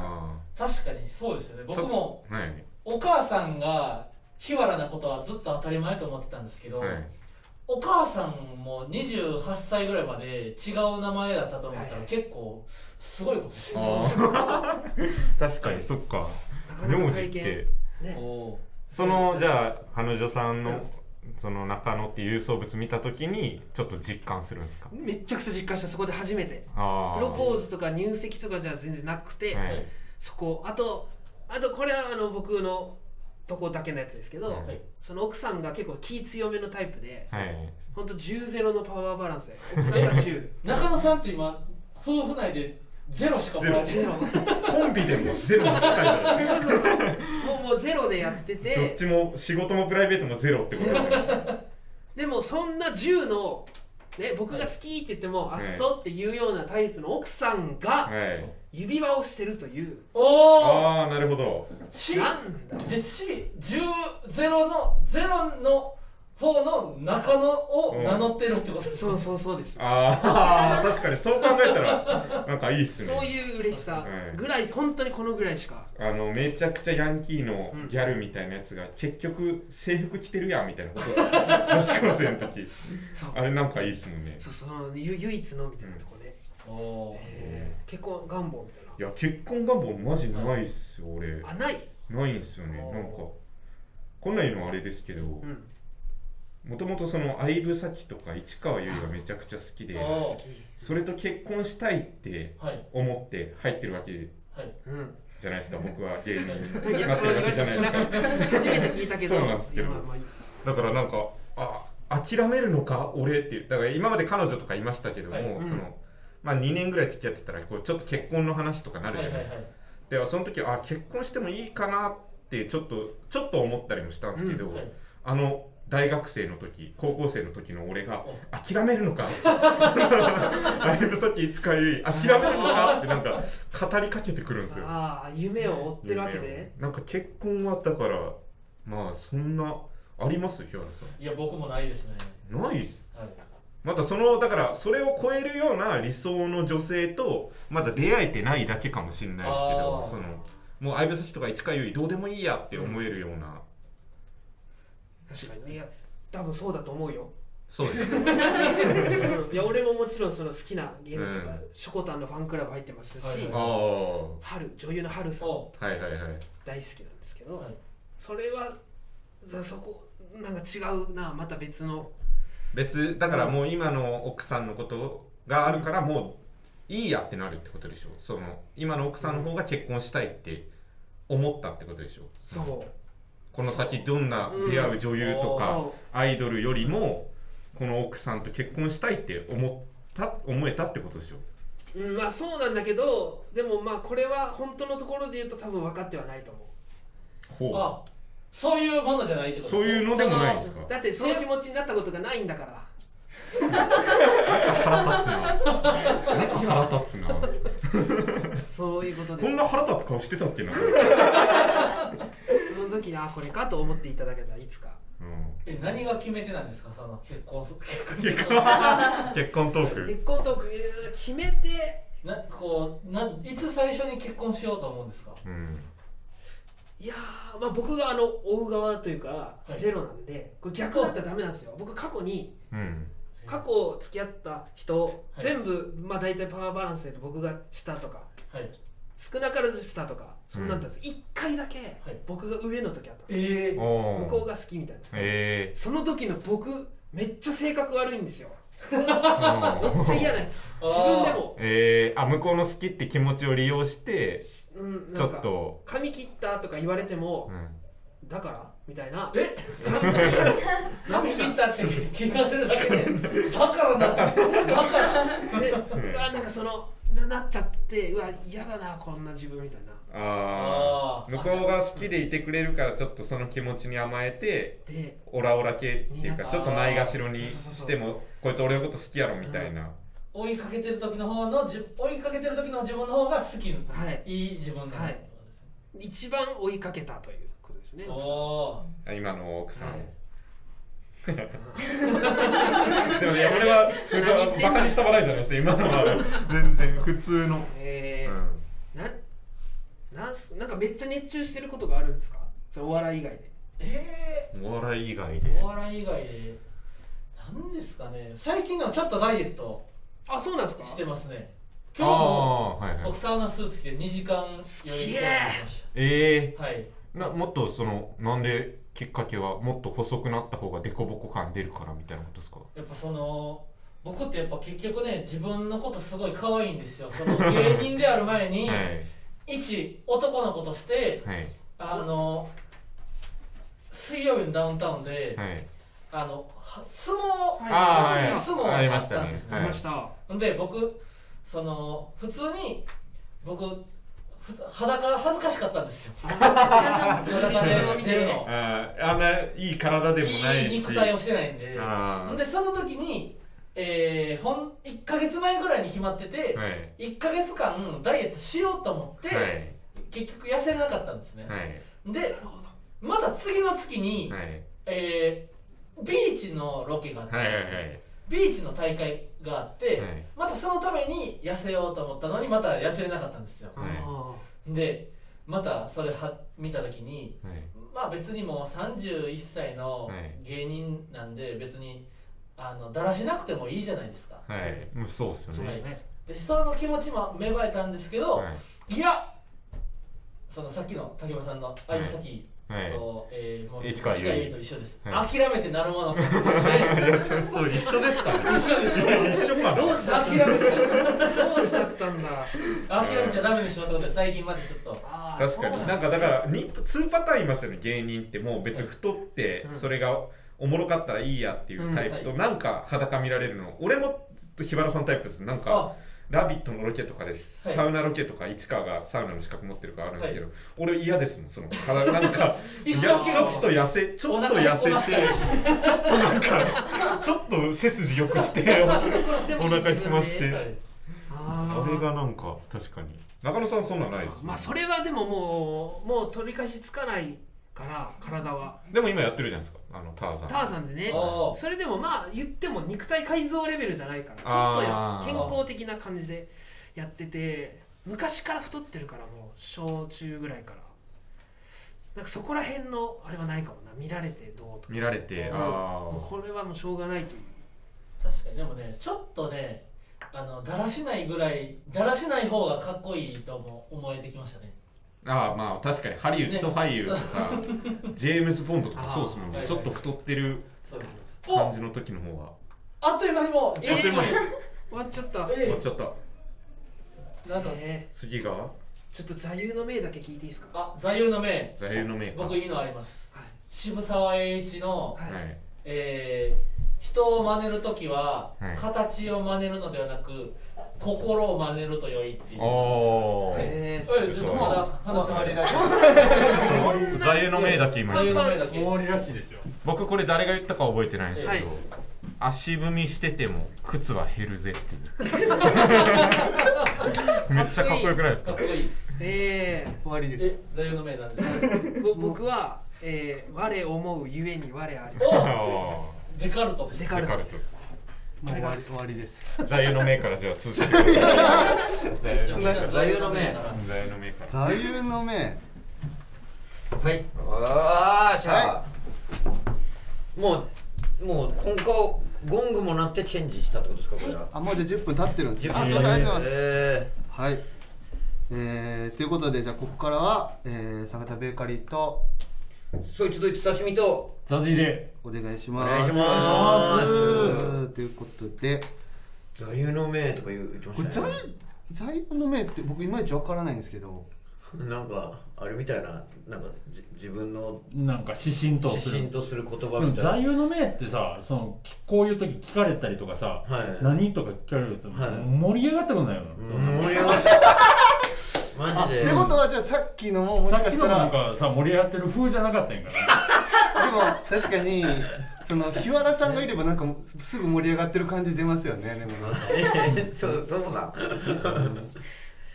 化確かにそうですよね僕もはいお母さんが日原なことはずっと当たり前と思ってたんですけど、はいお母さんも28歳ぐらいまで違う名前だったと思ったら結構すごいことしてあ 確かにそっか名字ってね、おーそのじゃあ彼女さんのその中野っていう郵送物見た時にちょっと実感するんですかめっちゃくちゃ実感したそこで初めてあープロポーズとか入籍とかじゃ全然なくて、はいそこあとあとこれはあの僕のとこだけのやつですけど、はいその奥さんが結構気強めのタイプで、はいほんと10ゼロのパワーバランス で奥さんが10中野さんって今夫婦内でゼロしかもらってゼロコンビでもゼロに近いじゃないですかそうそうそうもうもうゼロでやってどってちも仕事もプライベートもゼロってことですよでもそんな10の、ね、僕が好きって言っても、はいあっそっていうようなタイプの奥さんがはい指輪をしてるという、おああなるほどしですし10ゼロのゼロの方の中野を名乗ってるってことです、そうそうそうですああ確かにそう考えたらなんかいいっすそうねいう嬉しさはいぐらい、本当にこのぐらいしかあのめちゃくちゃヤンキーのギャルみたいなやつが結局制服着てるやんみたいなこと女子高生の時あれなんかいいっすもんねそうそのゆ唯一のみたいなとこで、えー結婚願望みたいないや結婚願望マジないっすよ俺あないないんすよねなんかこんなん言うのはあれですけどんもともとその相武咲とか市川由衣がめちゃくちゃ好きであー好きそれと結婚したいってはい思って入ってるわけはいうんじゃないですか僕は芸人いにやなってるわけじゃないですかそう言われて 初めて聞いたけどそうなんですけどいやまあまあいいだからなんかあ諦めるのか俺っていうだから今まで彼女とかいましたけども、はいうんそのまあ、2年ぐらい付き合ってたらこうちょっと結婚の話とかなるじゃないですか、はいはいでその時あ結婚してもいいかなってちょっとちょっと思ったりもしたんですけど、うんはいあの大学生の時高校生の時の俺が諦める のかだいぶさっき市川由衣諦めるのかってなんか語りかけてくるんですよああ夢を追ってるわけでなんか結婚はだからまあそんなあります日原さんいや僕もないですねないっすはいまたそのだからそれを超えるような理想の女性とまだ出会えてないだけかもしれないですけあどーそのもう相武咲とか市川由衣どうでもいいやって思えるような、確かにいや多分そうだと思うよそうです うんいや俺ももちろんその好きな芸能人とか、うんショコタンのファンクラブ入ってますし、はいはいあ春女優の春さんはいはいはい大好きなんですけど、それはざそこなんか違うなまた別の別だからもう今の奥さんのことがあるからもういいやってなるってことでしょその今の奥さんの方が結婚したいって思ったってことでしょそうこの先どんな出会う女優とうんかおーアイドルよりもこの奥さんと結婚したいって思った思えたってことでしょうん、まあそうなんだけどでもまあこれは本当のところで言うと多分分かってはないと思うほそういうものじゃないってことそういうのでもないんですか だってそういう気持ちになったことがないんだから腹立つななんか腹立つな そういうことですこんな腹立つ顔してたっ けなその時にあこれかと思っていただけたらいつかえ何が決め手なんですかその結婚す結婚結婚結婚トーク結婚トーク決めてなこう ないつ最初に結婚しようと思うんですか、いやーまあ僕があの追う側というかゼロなんでこれ逆だったらダメなんですよ僕過去にうん過去付き合った人、全部まあ大体パワーバランスで言うと僕が下とか、少なからず下とかそんなんだったんです、一回だけ僕が上の時あったんです、えーおー向こうが好きみたいな、えその時の僕めっちゃ性格悪いんですよめっちゃ嫌な やつ自分でも、えー、あ向こうの好きって気持ちを利用してうん、なんかちょっと髪切ったとか言われても、だからみたい なえ 髪切ったって聞かれるだけでだからなだからでうわなんかそのななっちゃってうわ嫌だなこんな自分みたいなああ向こうが好きでいてくれるからちょっとその気持ちに甘えてでオラオラ系っていうかあーちょっとないがしろにしてもこいつ俺のこと好きやろみたいな、追いかけてる時の方のじ追いかけてる時の自分の方が好きな、、はいい自分だ、はい一番追いかけたということですねおおあ今の奥さん を、ーすいません俺は普通何言ってんのバカにした笑いじゃないです今のは全然普通のえーなんなんすなんかめっちゃ熱中してることがあるんですかそのお笑い以外でお笑い以外おで笑い以外で何ですかね最近のちょっとダイエットあそうなんですかしてますね今日あもーはいはい僕サウナスーツ着て2時間余裕でやりましたええはいなもっとそのなんできっかけはもっと細くなった方が凸凹感出るからみたいなことですかやっぱその僕ってやっぱ結局ね自分のことすごい可愛いんですよその芸人である前 に、はい一男の子としてはいあの水曜日のダウンタウンで、はいあのは相撲あーはい相撲がありあまっしたねたんですねありましたんで僕その普通に僕ふ裸恥ずかしかったん ですよ裸で出るのあーあんないい体でもないしいい肉体をしてないんであーでその時に、えー、ほん1か月前ぐらいに決まってて、はい一1か月間ダイエットしようと思って、はい結局痩せなかったんですね、はいでまた次の月に、はいえービーチのロケがあって、はいはいはいビーチの大会があって、はいまたそのために痩せようと思ったのにまた痩せれなかったんですよ、はでまたそれは見た時に、はいまあ別にもう31歳のはい芸人なんで別にあのだらしなくてもいいじゃないですか、はいもうそうっすよねでその気持ちも芽生えたんですけど、、はいやそのさっきの竹山さんの相崎はいと、えーもう市川市川由由衣衣と一緒です、はい諦めてなるものいやそれそう一緒ですから一緒です一緒かなどうした諦めてどうしたったんだ諦めちゃダメでしょってことで最近までちょっと確かになんかだからに2パターンいますよね芸人ってもう別に太ってうんそれがおもろかったらいいやっていうタイプうとんなんか裸見られるの俺も日原さんタイプですなんか「ラビット!」のロケとかですはいサウナロケとか市川がサウナの資格持ってるからあるんですけど俺嫌ですもんその体なんか 一ち生ょ懸命ちょっと痩せちょっとお腹痩せお腹てちょっとなんかちょっと背筋よくしてお少しでもいい腹ですよね引きましてはいあれがなんか確かに中野さんそんなんないですまあそれはでももうもう取り返しつかないから体はでも今やってるじゃないですかあのターザンターザンでねそれでもまあ言っても肉体改造レベルじゃないからちょあーっとや健康的な感じでやってて昔から太ってるからもう小中ぐらいからなんかそこら辺のあれはないかもな見られてどうとか見られてうんあーもうこれはもうしょうがないという確かにでもねちょっとねあのだらしないぐらいだらしない方がかっこいいとも思えてきましたねああまあ確かにハリウッドね俳優とか、ジェームズ・ボンドとかそうですもんあねあちょっと太ってるそうです感じの時の方があっという間にもうちょっと今え終終わっちゃったわっちゃったなんかね次がちょっと座右の銘だけ聞いていいですかあ座右の銘座右の銘か僕いいのあります、渋沢栄一の、はいえー人を真似る時は、はい形を真似るのではなく心を真似ると良いっていうおーえそうちょっとまだ話してまそうす座右の銘だけ今言ってま座右の銘だけ終わりらしいですよ僕これ誰が言ったか覚えてないんですけど、はい足踏みしてても靴は減るぜっていう めっちゃかっこよくないですかかっこいいえー、終わりです座右の銘なんですぼ僕は、えー、我思うゆえに我あり おデカルトですデカルトですもう終わり終わりです座右の銘からじゃあ通じてくいやだやさい座右の銘座右の銘から座右の銘はいああしゃあもうもう今後ゴングも鳴ってチェンジしたってことですかこれはあもうじゃあ10分経ってるんですね10分あすいませんありがとうございます、えはいえー、ということでじゃあここからは、えー、坂田ベーカリーとそいつどいつ刺身とザジでお願いしますお願いしますお願いしますということで座右の銘とか言う言ってまこれした座ね右座右の銘って僕いまいちわからないんですけどなんかあれみたいななんかじ自分のなんか指針とする指針とする言葉でもみたいな座右の銘ってさそのきこういう時聞かれたりとかさ、はい何とか聞かれると、はい盛り上がったことないよな、盛り上がった マジでってことはじゃあさっきのももしさかっきしたのならんかさ盛り上がってる風じゃなかったんやからでも確かにその日原さんがいればなんかすぐ盛り上がってる感じ出ますよねでもなん か そうそうだ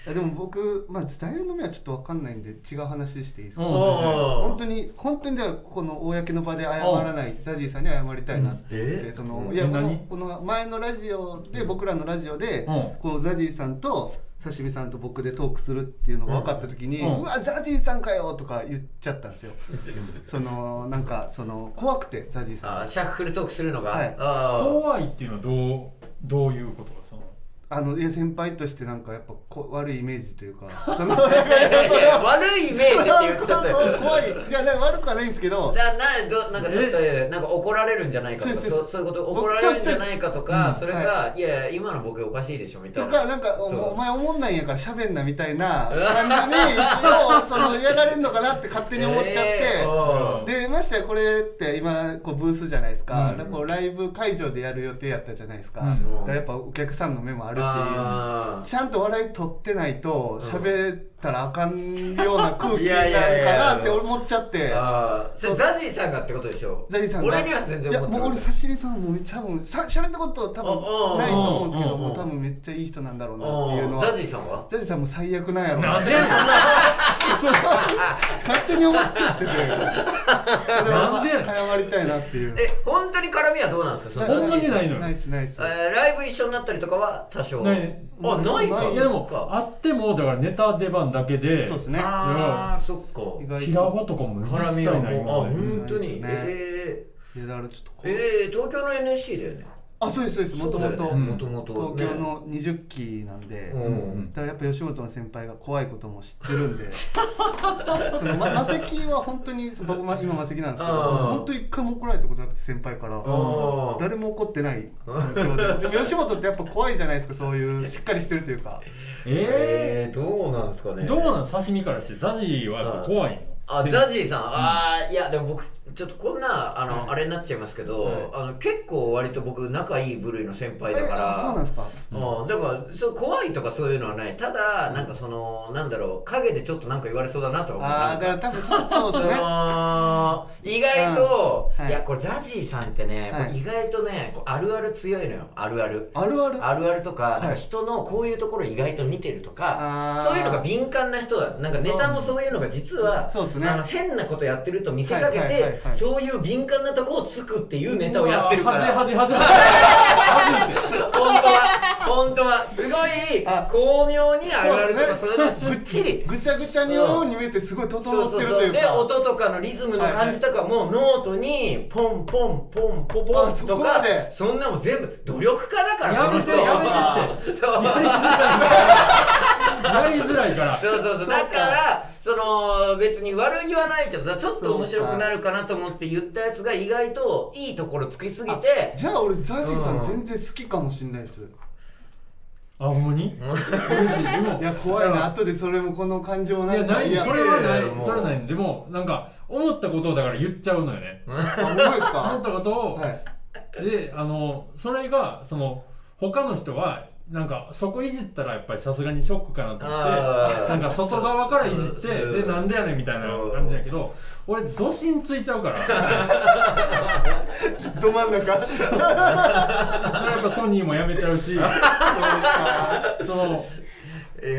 いやでも僕、まあ、座右の目はちょっとわかんないんで違う話していいですかうん本当に本当にだからこの公の場で謝らないザジーさんに謝りたいなって思ってえそのうんいやこの何この前のラジオで僕らのラジオでうんこうザジーさんと刺身さんと僕でトークするっていうのが分かった時に「うんうわザジーさんかよ!」とか言っちゃったんですよ。 そのなんかその怖くてザジーさんがあシャッフルトークするのが、はいあー怖いっていうのはどうどういうことかそのあのいや先輩としてなんかやっぱこ悪いイメージという かその悪いイメージって言っちゃったよそう 怖いいやなんか悪くはないんですけどだなどなんかちょっとなんか怒られるんじゃないかとかそそうそううそういうこと怒られるんじゃないかとかそそうそうれそうが、うんい、やいや今の僕おかしいでしょみたいとなかなんかおお前おもんないんやから喋んなみたいな感じ にもうそのやられるのかなって勝手に思っちゃって、えーでましてやこれって今こうブースじゃないですか、うんこうライブ会場でやる予定やったじゃないですか,、うんだからやっぱお客さんの目もあるしあーちゃんと笑い取ってないと喋ったらあかんような空気いなやんいやいやかなって思っちゃって。あーそれザジーさんがってことでしょザリさんが俺には全然思っていやもう俺なか差し入れさんもめっちゃ多分さ喋ったこと多分ないと思うんですけああどあもう多分めっちゃいい人なんだろうなっていうのはああザジーさんはザジーさんも最悪なんやろなんで そんなそう勝手に思ってっててそれなんでは謝りたいなっていうった え本当に絡みはどうなんですかそのほんまにないのよナイスナイスえーライブ一緒になったりとかは多少ないねあないかいやでもあってもだからネタ出番だけでそうですねああそっか外と平場とかも一絡切みはないもうあ今ま本で当でに、すねえいやだからちょっとこー、えー、東京の NSC だよねあそうですそうですもともともともと東京の20期なんで、うんだからやっぱ吉本の先輩が怖いことも知ってる んでそのまマセキは本当に僕ま今マセキなんですけどあー本当一回も怒られたことなくて先輩から ー誰も怒ってない環境ででも吉本ってやっぱ怖いじゃないですかそういうしっかりしてるというかええー、どうなんですかねー、どうなん刺身からしてザジーはやっぱ怖いのあザジーさん、あーいやでも僕ちょっとこんなあの、あれになっちゃいますけど、あの結構割と僕仲いい部類の先輩だかあら、そうなんですかうん、だからそう怖いとかそういうのはないただなんかそのなんだろう陰でちょっとなんか言われそうだなとは思うああなんだかから多分そうそうですねその意外と、うんはいい、やこれザジーさんってね、はいこれ意外とねこうあるある強いのよあるあるあるあるあるあるとか,、いなんか人のこういうところ意外と似てるとあかーそういうのが敏感な人だなんかネタもそういうのが実はそうですねあの変なことやってると見せかけて、はいはいはいはいそういう敏感なとこをつくっていうネタをやってるからハゼハゼハゼ本当は本当はすごい巧妙にあるあるとかそういうのをぶっちりぐちゃぐちゃにように見えてすごい整そっうてそうるそといううでか音とかのリズムの感じとかもノートにポンポンポンポポあンそことまかでそんなもん全部努力家だからやめてやめてってそうやりづらいからそうそうそうだからその別に悪気はないけどだからちょっと面白くなるかなと思って言ったやつが意外といいところつきすぎてじゃあ俺ザジーさうんん全然好きかもしれないですあほんまに いや怖いな後でそれもこの感情いなやんかないそれはないもうそれはないでもなんか思ったことをだから言っちゃうのよね あほんまですか思ったことを、であのそれがその他の人はなんかそこいじったらやっぱりさすがにショックかなと思っあてーなんか外側からいじってそうでなんでやねんみたいな感じやけど俺ドシンついちゃうから ど真ん中 やっぱトニーもやめちゃう しそう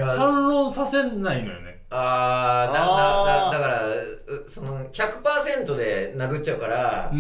反論させないのよねああだだだからうその100%で殴っちゃうから、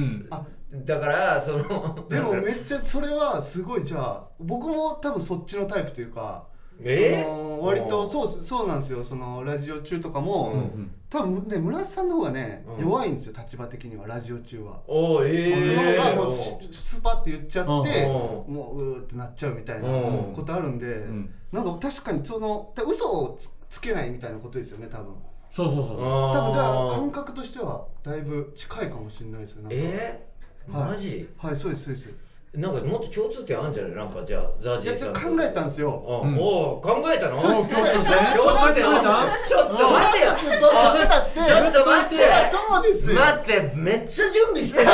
だからそのでもめっちゃそれはすごいじゃあ僕も多分そっちのタイプというか、えその割とそうっすそうなんですよそのラジオ中とかも、うんう多分ね村瀬さんの方がね、うん弱いんですよ立場的にはラジオ中は。おーえー僕の方がもうしスパって言っちゃって、うんもううーってなっちゃうみたいなうんことあるんで、なんか確かにそのだ嘘をつつけないみたいなことですよね多分。そうそうそう多分だから感覚としてはだいぶ近いかもしれないですねなんかえーはいマジはいそうですそうですなんかもっと共通点あるんじゃないなんかじゃあザージーさんといや考えたんですよおうんお考えたのそう共です通点共通点ちょっと待ってよちょっと待ってあちょっと待ってそうですよ待ってめっちゃ準備してる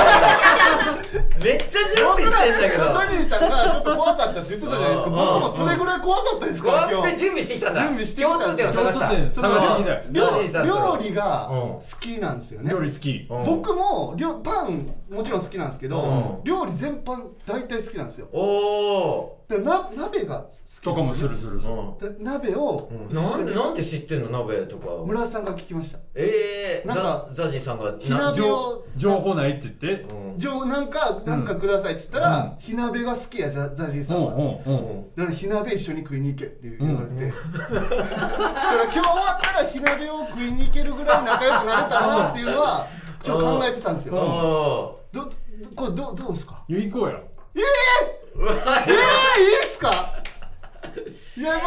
めっちゃ準備してんだけどトニーさんがちょっと怖かったって言ってたじゃないですか僕もそれぐらい怖かったですから怖くて準備してきたんだ準備してきた共通点を探した共通点探してきそたのジーさんと料料理が好きなんですよね料理好き僕も料パンもちろん好きなんですけどう料理全般大体好きなんですよおおな鍋がとかもするするで鍋をなんでなんで知ってんの鍋とか村田さんが聞きましたええなんかザザジーさんが火鍋を情報ないって言ってじゃあなんかなんかくださいっつったら火鍋が好きやザザジーさんはだから火鍋一緒に食いに行けって言われて、だから今日終わったら火鍋を食いに行けるぐらい仲良くなれたなっていうのはちょっと考えてたんですよよどどこれどうどうですかいや行こうやええー、ええいいっすかいやまあ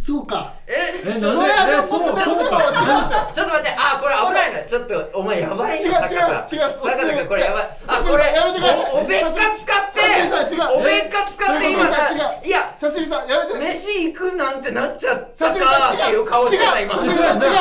そうかえちょっちょっとといやでもちょっと僕ちょっと僕は違いますよちょっと待ってあこれ危ないなちょっとお前やばい違う違う違うな坂田坂田君これやばいあこれやめてくださいおおべっか使って違うおべっか使って今違ういや刺身さんやめて飯行くなんてなっちゃったか刺身さんっ違ていうう顔してた今違う違う違う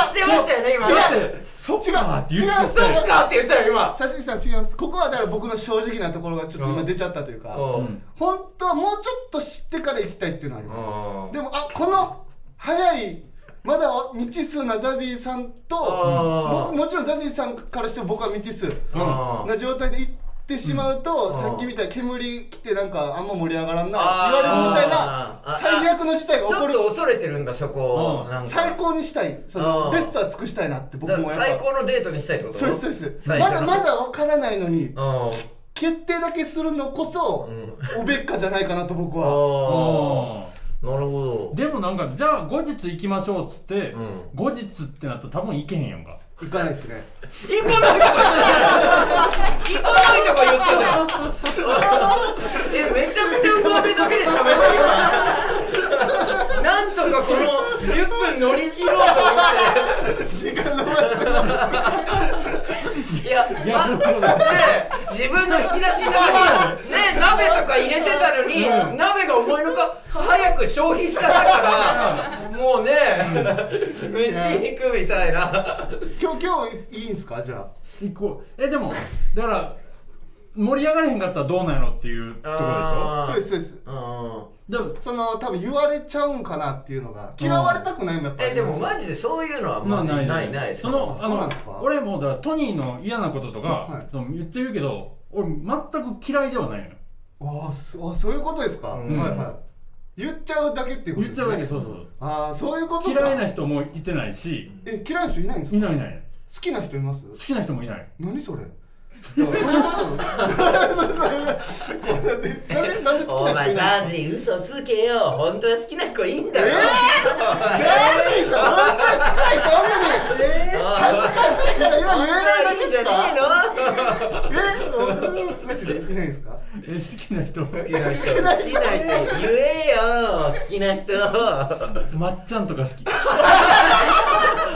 してましたよね今違うそっかって違うそっかって言ったよ今刺身さん違いますここはだから僕の正直なところがちょっと今出ちゃったというかうん本当はもうちょっと知ってから行きたいっていうのはありますでもあこの早いまだ未知数なザジーさんとあー僕もちろんザジーさんからしても僕は未知数あーな状態で行ってしまうと、うんさっきみたいに煙来てなんかあんま盛り上がらんなあっーて言われるみたいなあー最悪の事態が起こるちょっと恐れてるんだそこをなんか最高にしたいそのうんベストは尽くしたいなって僕だかもらやっぱ最高のデートにしたいってことそうですそうですま最初だのまだ分からないのにうん決定だけするのこそ、おべっかじゃないかなと僕はなるほどでもなんかじゃあ後日行きましょうっつって、後日ってなったら多分行けへんやんか行かないですね行かない行かないとか言ってたよえめちゃくちゃ上辺だけで喋ってるなんとかこの10分乗り切ろうと思って時間の いや、ま、ねえ自分の引き出しの中にねえ鍋とか入れてたのに、う鍋が思いのか早く消費したからもうね、 飯行くみたいな今日今日いいんすかじゃあ行こうえでもだから盛り上がれへんかったらどうなんやろっていうところでしょそうですそうですでもその多分言われちゃうんかなっていうのが嫌われたくないもやっぱりえでもマジでそういうのはまあないないないそのあそうなのんですか俺もだからトニーの嫌なこととか、その言って言うけど俺全く嫌いではないのよああそあそういうことですか、うんはいはい言っちゃうだけっていうことです、ね、言っちゃうだけそうそうああそういうことか嫌いな人もいてないしえ嫌いな人いないんですかいないいない好きな人います好きな人もいない何そ れなんなんで好きな人いないお前ザージー嘘つけよ本当は好きな子いいんだよ、えーザージーさん本当は好きな子いいえ ー恥ずかしいから今言えないだけですかえマジでいないですかえ好きな人好きな人好きな人言えよ好きな人まっちゃんとか好きお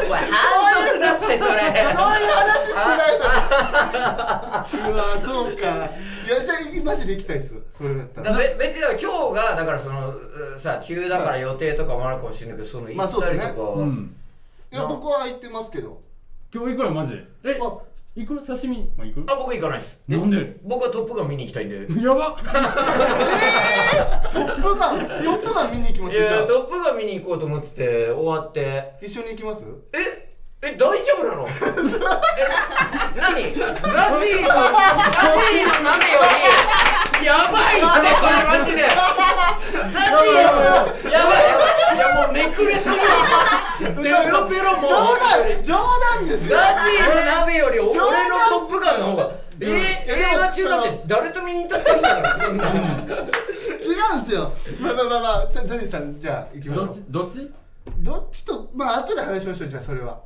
前反則だってそれそういう話してないのにうわそうかいやじゃあマジで行きたいっすそれだっただらからべ別にだから今日がだからそのうさ急だから予定とかもあるかもしれないけどそまの行あそうっでたすねりとか、いや僕は行ってますけど今日いくらマジでえいくら刺身まあいくあ、僕行かないです。なんで僕はトップガン見に行きたいんで。やばトップガントップガン見に行きまいすじゃや、あトップガン見に行こうと思ってて、終わって。一緒に行きますえ、大丈夫 なのえ、何ザジーの、ザジーの鍋より、やばいって、これマジで。ザジーの、やばい。いや、もうめくれすぎる。ペロペロもう。冗談冗談ですよザジーの鍋より、俺のトップガンの方が。え、映画中だって誰と見に行ったっていいんだから、そんな。違うんですよまあまあまあまあさダニーさんじゃあ行きましょうどっちどっちとまあ後で話しましょうじゃあそれは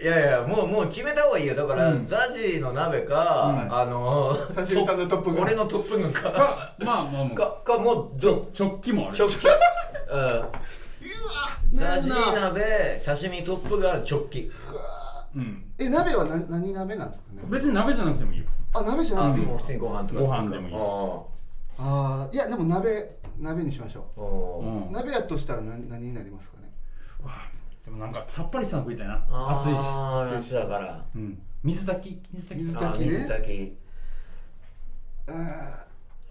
いやいや、もう、もう決めた方がいいよ。だから、ザジーの鍋か、あのー、俺のトップガンか。まあまあもう。か、か、もう、ぞ直帰もある。直帰。 うん。ザジー鍋、刺身トップガン、直帰。うん。え鍋は何何鍋なんですかね別に鍋じゃなくてもいいよ。あ鍋じゃあ、なくていいもでうす普通にご飯とか。ご飯でもいいしああいやでも鍋鍋にしましょおう鍋やとしたら何何になりますかねでもなんかさっぱりしたの食いたいな。あ暑いし。ー夏だから。うん。水炊き。水炊き。水炊き、ね、水炊き。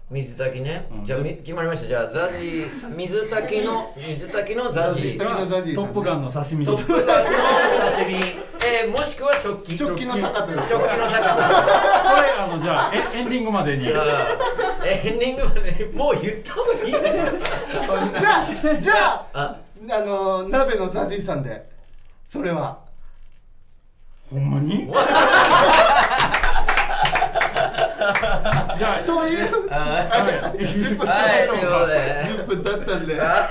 水炊きね、じゃあみ決まりましたじゃあザジー水炊きの水炊きのザジートップガンの刺身。トップガンの刺身、えー、もしくは直帰直帰の坂直 帰の こ坂れあのじゃあえエンディングまでに。エンディングまでもう言った方がいいじゃじゃあじゃああのー鍋のザジーさんでそれはほんまにじゃあというはい10分はいということで10分経ったんでうわ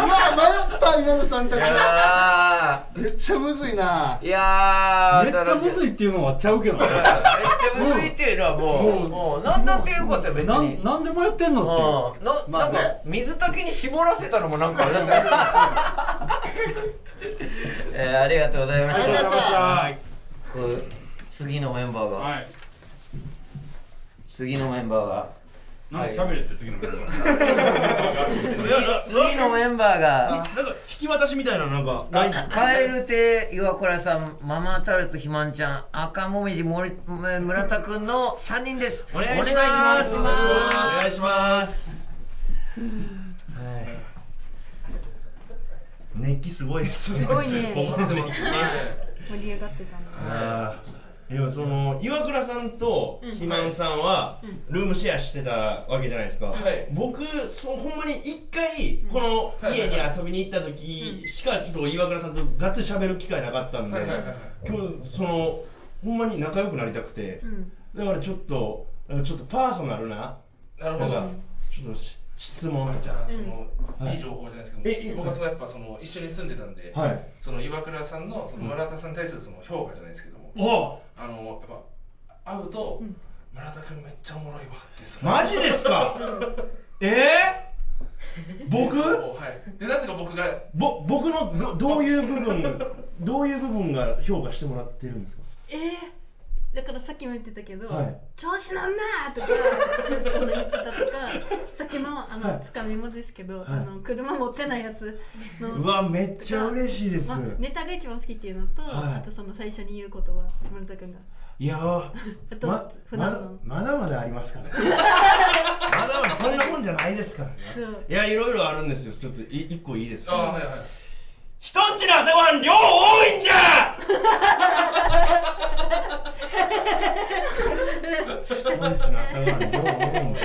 迷った今の三択やめっちゃむずいないやーめっちゃむずいっていうのはちゃうけど。めっちゃむずいっていうのはもうもうなんだってよかったよ別になんでもやってんのって。ななんか水炊きに絞らせたのもなんかあれだね えーありがとうございましたありがとうございましたこう次のメンバーが、次のメンバーがなんか喋れって次のメンバー。次のメンバーがなんか引き渡しみたいなのなんかないんですかカエル亭岩倉さんママタルト肥満ちゃん赤もみじ森村田くんの3人ですお願いしますおお願願いいししまますす熱気すごいで すすごいね心の熱気盛り上がってたのあーでもその岩倉さんと肥満さんはルームシェアしてたわけじゃないですか、僕そうほんまに一回この家に遊びに行った時しかちょっと岩倉さんとガッツリ喋る機会なかったんではいはいはいはい今日そのほんまに仲良くなりたくて、うんだからちょっとなんかちょっとパーソナルななるほどんかちょっとし質問じゃあその、はいい、い情報じゃないですえけいど、僕はそのやっぱその一緒に住んでたんで、はいその岩倉さんのその村田さんに対するその評価じゃないですけども、おうあのやっぱ会うと、村田君めっちゃおもろいわってそのマジですか えー、僕はい。でなぜか僕がぼ僕のどどういう部分どういう部分が評価してもらってるんですかえー、だからさっきも言ってたけど、はい調子なんなーとかこの言ってたとかさっきのあの、つかみもですけど、はいあの車持ってないやつのうわめっちゃ嬉しいです、まあネタが一番好きっていうのと、はいあとその最初に言う言葉村田君がいやーあと、ま普ま段だの、まだまだありますからねまだまだこんなもんじゃないですからねそういやいろいろあるんですよちょっとい一個いいですかあはいはい人んちの朝ごはん量多いんじゃ人んちの朝ごはん量多いんじ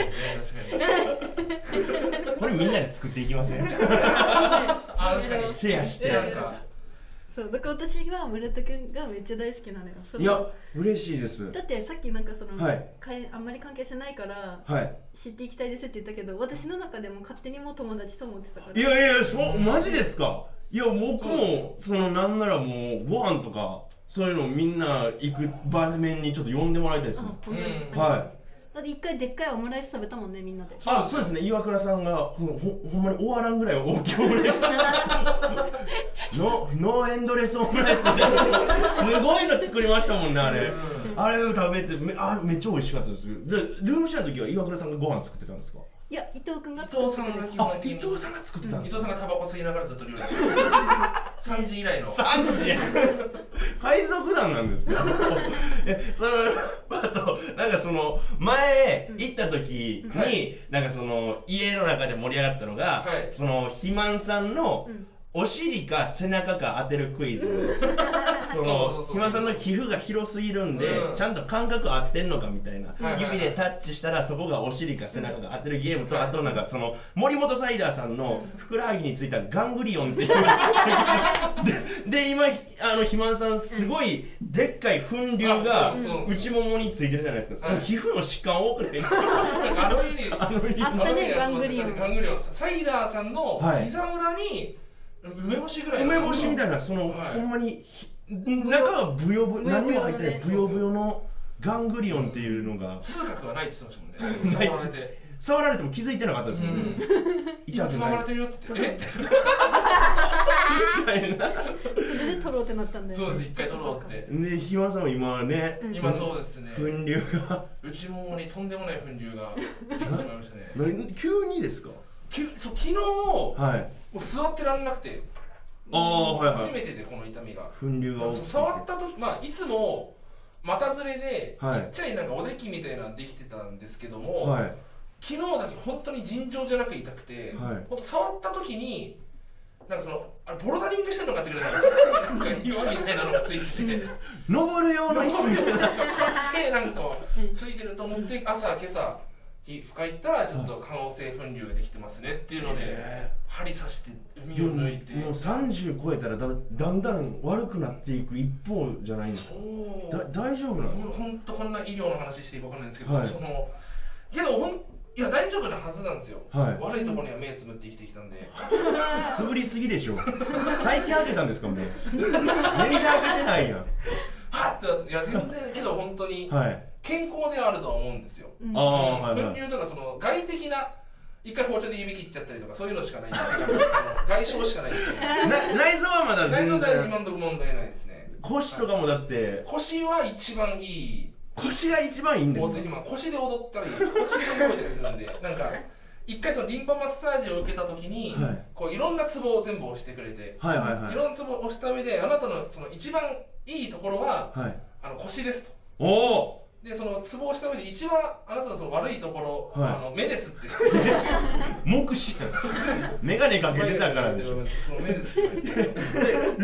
ゃこれみんなで作っていきませんあ確かにシェアしてなんかそうだから私は村田君がめっちゃ大好きなのよそのいや嬉しいですだってさっきなんかその、はいかいあんまり関係性ないから、はい知っていきたいですって言ったけど私の中でも勝手にもう友達と思ってたからいやいやそうマジですかいや僕もそのなんならもうご飯とかそういうのみんな行く場面にちょっと呼んでもらいたいですね本当にはいだって一回でっかいオムライス食べたもんねみんなであそうですね岩倉さんがほほほんまに終わらんぐらい大きいオムライスノノーエンドレスオムライスみたいなすごいの作りましたもんねあれあれを食べてめあめっちゃ美味しかったですでルームシェアの時は岩倉さんがご飯作ってたんですかいや伊藤君が伊藤さんが基本的に伊藤さんが作ってた伊藤さんがタバコ吸いながらずっと料理してる3時以来の3時海賊団なんですけど いやそのあとなんかその前行った時に、はいなんかその家の中で盛り上がったのが、その肥満さんの、お尻か背中か当てるクイズその肥満さんの皮膚が広すぎるんで、うんちゃんと感覚合ってんのかみたいな、はいはいはい指でタッチしたらそこがお尻か背中が当てるゲームと、あとなんかその森本サイダーさんのふくらはぎについたガングリオンっていうでで今あの肥満さんすごいでっかい粉瘤があそうそう内ももについてるじゃないですか、皮膚の疾患多くないあの家にあの家にあったねガングリオンガングリオンサイダーさんのはい膝裏に梅干しぐらいの梅干しみたいなその、ほんまにひ中はブヨブヨブヨ何ブヨも入ってないブヨブヨのガングリオンっていうのが痛覚はないって言ってましたもんねない触られて触られても気づいてなかったですもん ね痛くつなままれいてるよって言ってえってそれで取ろうってなったんだよねそうです一回取ろうってねひまさんも今はね今そうですね粉瘤が内ももにとんでもない粉瘤ができてしまいましたねな急にですかきそう昨日はいもう座ってらんなくてあーはいはい初めてでこの痛みが粉瘤が多くそうて触った時まあいつも股ずれで、はいちっちゃいなんかおできみたいなのできてたんですけども、はい昨日だけ本当に尋常じゃなく痛くて、はい本当触った時になんかそのあれボルダリングしてるのかってくらいなんか 岩みたいなのがついてて登る用の石みたいななんか買ってなんかついてると思って朝今朝皮膚科行ったらちょっと可能性粉瘤ができてますねっていうので針刺して海を抜いてでももう30超えたらだだんだん悪くなっていく一方じゃないんですかだ大丈夫なんですか本当こんな医療の話していいかわかんないんですけど、はいそのけどほんいや大丈夫なはずなんですよ、はい悪いところには目つぶって生きてきたんでつぶりすぎでしょ最近開けたんですかもう全然開けてないやんはっってなっていや全然けど本当にはい健康ではあるとは思うんですよ、ああはいはい分流とかその外的な一回包丁で指切っちゃったりとかそういうのしかないんですよ外傷しかないんですよな内臓はまだ内全然臓は今のところ問題ないですね腰とかもだって腰は一番いい腰が一番いいんですか大手肥満腰で踊ったり腰で動いたりするんでなんか一回そのリンパマッサージを受けた時に、はいこういろんなツボを全部押してくれて、はいはいはいろんなツボを押した上であなたのその一番いいところは、はいあの腰ですとおおでそのツボをした上で一番あなたのその悪いところ、はいあの目ですって目視 眼鏡かけてたからでしょその目ですでル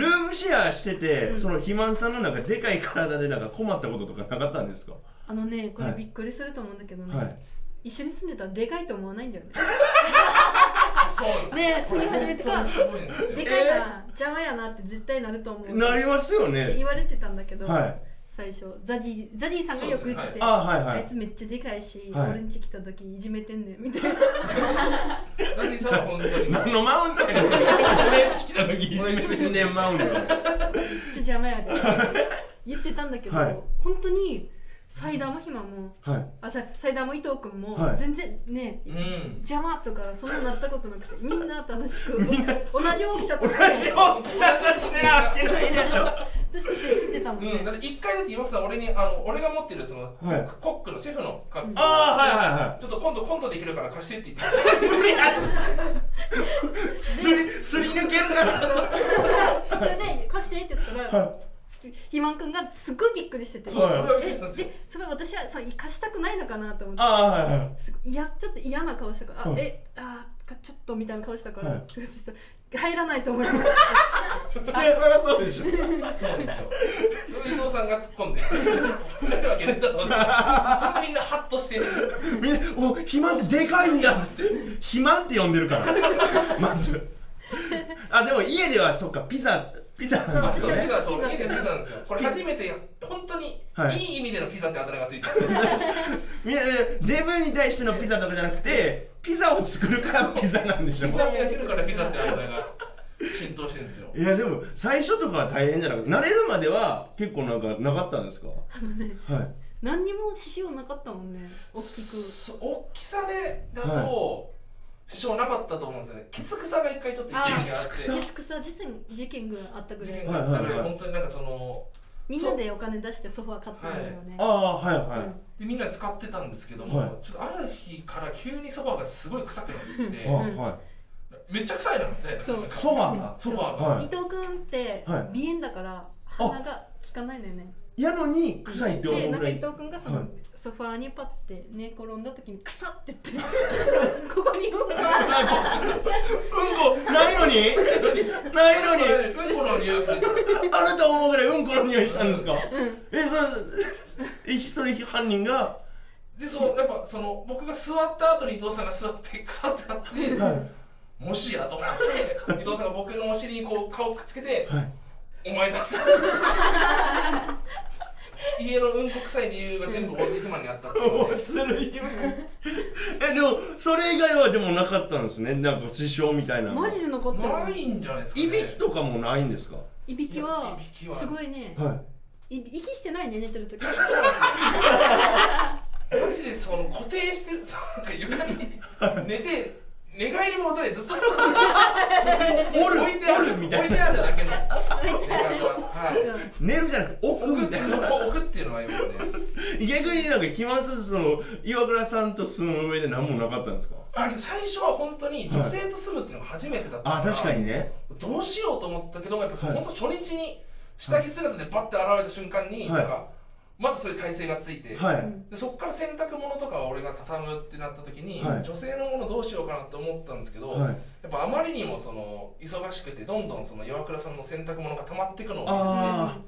ームシェアしてて、その肥満さんのなんかでかい体でなんか困ったこととかなかったんですかあのねこれはいびっくりすると思うんだけどね、はい一緒に住んでたらでかいと思わないんだよねそうね住み始めてからこれ本当にすごいんですよでかいから邪魔やなって絶対なると思うなりますよねって言われてたんだけど、はい最初ザジーザジーさんがよく言ってそうでて、すねはいあはいはいいつめっちゃでかいし、はい俺ん家来た時いじめてんねんみたいなザニーさんは本当に何のマウントやねんそれ俺んち来た時いじめてんねんマウントめっちゃ邪魔やで言ってたんだけど、はい本当にサイダーもひまも、はいあさサイダーも伊藤君も、はい全然ね、うん邪魔とかそんななったことなくてみんな楽しく同じ大きさとして同じ大きさとしては開けないでしょとして接してたもんね、うん、だって一回だって岩木さん俺にあの俺が持ってるその、はいココックのシェフのカップあーはいはいはいちょっと今度コントできるから貸してって言ってすりすり抜けるからそれで貸してって言ったら、肥満くんがすっごいびっくりしてて、はいえでそれ私はそう貸したくないのかなと思ってあーはいはいすごいいやちょっと嫌な顔したから、あはいえあーかちょっとみたいな顔したから、はいそしたら入らないと思い ますいやそりゃそうでしょそうですよそれ伊藤さんが突っ 込んでなるわけねえだろうなほんとみんなハッとしてみんなお肥満ってでかいんだって肥満って呼んでるからまずあでも家ではそっかピザピザなんですそうよピねザそう家でピザなんですよこれ初めてや本当にはいいい意味でのピザってあだ名がついてるみんなデブに対してのピザとかじゃなくてピザを作るからピザなんでしょピザを焼けるからピザってあだ名が浸透してるんですよいやでも最初とかは大変じゃなく慣れるまでは結構なんかなかったんですかはあのねい何にも支障なかったもんね大きく大きさでだと支障なかったと思うんですよねケツ草が一回ちょっと一時期あって月草事件事件があったぐらいだから本当になんかそのみんなでお金出してソファー買ったんだよね、ああはいはい、でみんな使ってたんですけども、はいちょっとある日から急にソファーがすごい臭くなってきて、はいはめっちゃ臭いなってそうソファーがソファーが、はい伊藤君ってはい鼻炎だから鼻が効かかないのよねやのに臭いって思でうなんぐから伊い藤君がそはいのソファーにパッて寝転んだ時に「臭っ!」って言って「 ここにうんこあるうんこないのにないのにうんこの匂いするあると思うぐらいうんこの匂いしたんですか、えそれえそれ犯人がでそうやっぱその僕が座った後に伊藤さんが座って腐ってなって、もしやと思って伊藤さんが僕のお尻にこう顔くっつけて、お前だった 家のうんこ臭い理由が全部大津肥満にあったっていうのでずるいえでもそれ以外はでもなかったんですねなんか支障みたいなのマジで残ってるないんじゃないですいびきとかもないんですかいびきははすごいねはい息してないね寝てる時マジでその固定してる なんか床に寝て寝返りも打たれ ずっと置いてあるみたいな置いてあるだけ のはい寝るじゃなくて置くみたいな置くっていうのはよくね逆になんか肥満さんその岩倉さんと住む上で何もなかったんですかあ最初は本当に女性と住むっていうのが初めてだったから、あ確かにねどうしようと思ったけどもやっぱその本当初日に下着姿でバッて現れた瞬間に、はいなんかまずそういう体勢がついて、はいでそこから洗濯物とかは俺が畳むってなった時に、はい女性のものどうしようかなって思ったんですけど、はやいっぱあまりにもその忙しくてどんどんその岩倉さんの洗濯物が溜まっていくのを見あてて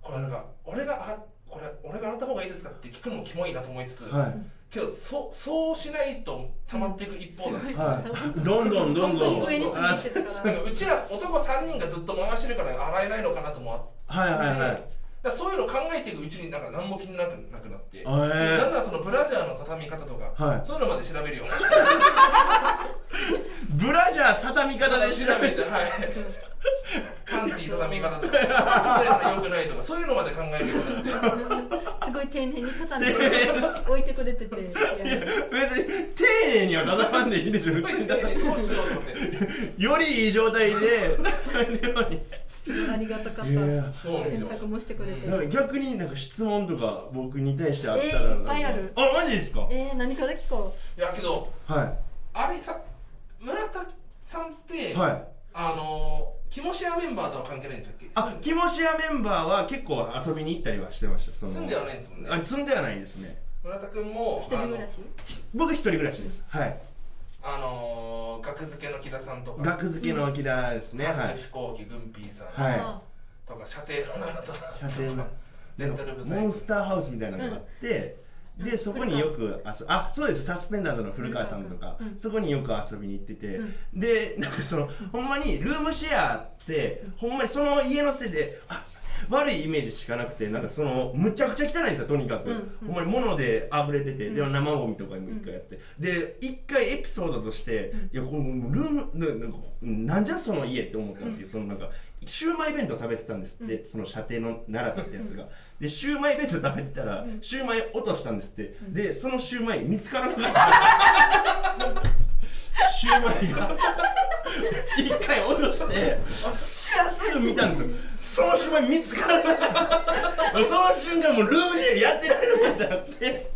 これなんか俺があこれ俺が洗った方がいいですかって聞くのもキモいなと思いつつ、はいけどそうそうしないと溜まっていく一方だ、ねはいどんどんどんどん本当に上につあいてたからなんかうちら男3人がずっと回してるから洗えないのかなともあってはいはいはいだからそういうのを考えていくうちになんか何も気になくなくなって、へだーんだんそのブラジャーの畳み方とか、はいそういうのまで調べ るようになっブラジャー畳み方で調べてはいパンティー畳み方とか肩よくないとかそういうのまで考えるようになってすごい丁寧に畳んで 置いてくれてていや別に丁寧には畳まんでいいでしょ別によりいい状態 ですごいありがたかったいやー洗濯もしてくれてなんか逆になんか質問とか僕に対してあったらえーいっぱいあるあマジですかえー何から聞こいやけどはあれさ村田さんって、はいあのー、キモシアメンバーとは関係ないんじゃっけあキモシアメンバーは結構遊びに行ったりはしてましたその住んではないんですもんねあ住んではないですね村田君もあの僕一人暮らしですはいあのー、学付けの木田さんとか学付けの木田ですねうんはい飛行機軍ピーさんはとか射程のとか射程のレンタルブザイモンスターハウスみたいなのがあって、でそこによく遊あそうですサスペンダーズの古川さんとか、そこによく遊びに行ってて、でなんかそのほんまにルームシェアってほんまにその家のせいであ悪いイメージしかなくてなんかそのむちゃくちゃ汚いんですよとにかく、ほんまに物で溢れてて、で生ゴミとかも一回やって、で一回エピソードとして、いやこれもうルームななんかなんじゃその家って思ったんですけど、そのなんかシューマイ弁当食べてたんですって、その射程の奈良田ってやつが、でシューマイ弁当食べてたら、シューマイ落としたんですって、でそのシューマイ見つからなか ったシューマイが一回落として下すぐ見たんですよそのシューマイ見つからなかったその瞬間もうルームシェアやってられなかったって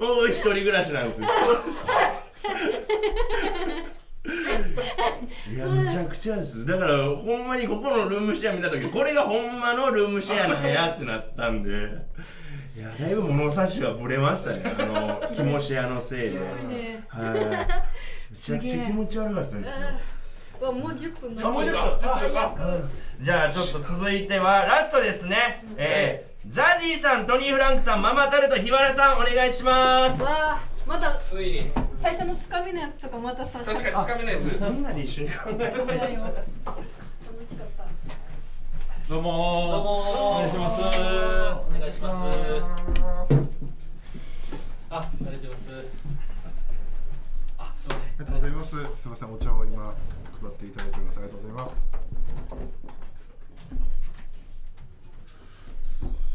もう一人暮らしなんですよいやむちゃくちゃですだからほんまにここのルームシェア見た時これがほんまのルームシェアなんやってなったんでいやだいぶ物差しはぶれましたねあの気持ち屋のせいで、うねはいめちゃくちゃ気持ち悪かったですようわもう10分あもうちょっとああうんじゃあちょっと続いてはラストですねえーザジーさん、トニー・フランクさん、ママタルト、日原さん、お願いします。わあまたついに最初のつかみのやつとかまたさ確かにつかみのやつみんなで一緒に考えようどうもーどうもお願ーいしますお願いしますあありがとうございますあすいませんありがとうございます。すみません、お茶を今配っていただいております。ありがとうございます。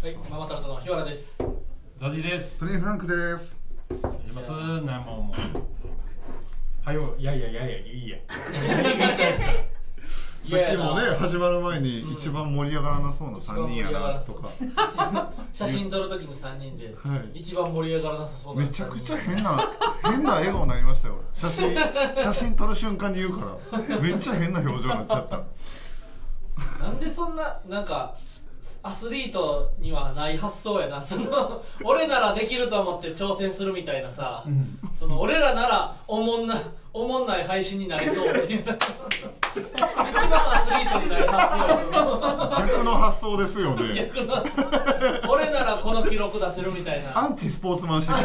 はい、ママタルトの日原です。ザジです。トニーフランクです。お願いします。なもんも。はよ、いやいやいやいや、い いや。さっきもね、始まる前に一番盛り上がらなそうな三人やなとか。写真撮るときの三人で、はい一番盛り上がらなさそうなめ三人。ちゃくちゃ変な変な笑顔になりましたよ。写真 写真撮る瞬間に言うから、めっちゃ変な表情になっちゃった。なんでそんななんかすアスリートにはない発想やなその俺ならできると思って挑戦するみたいなさ、その俺らならおもんなおもんない配信になりそうっていうさ一番アスリートになる発想やそ逆の発想ですよね逆の俺ならこの記録出せるみたいなアンチスポーツマンシップ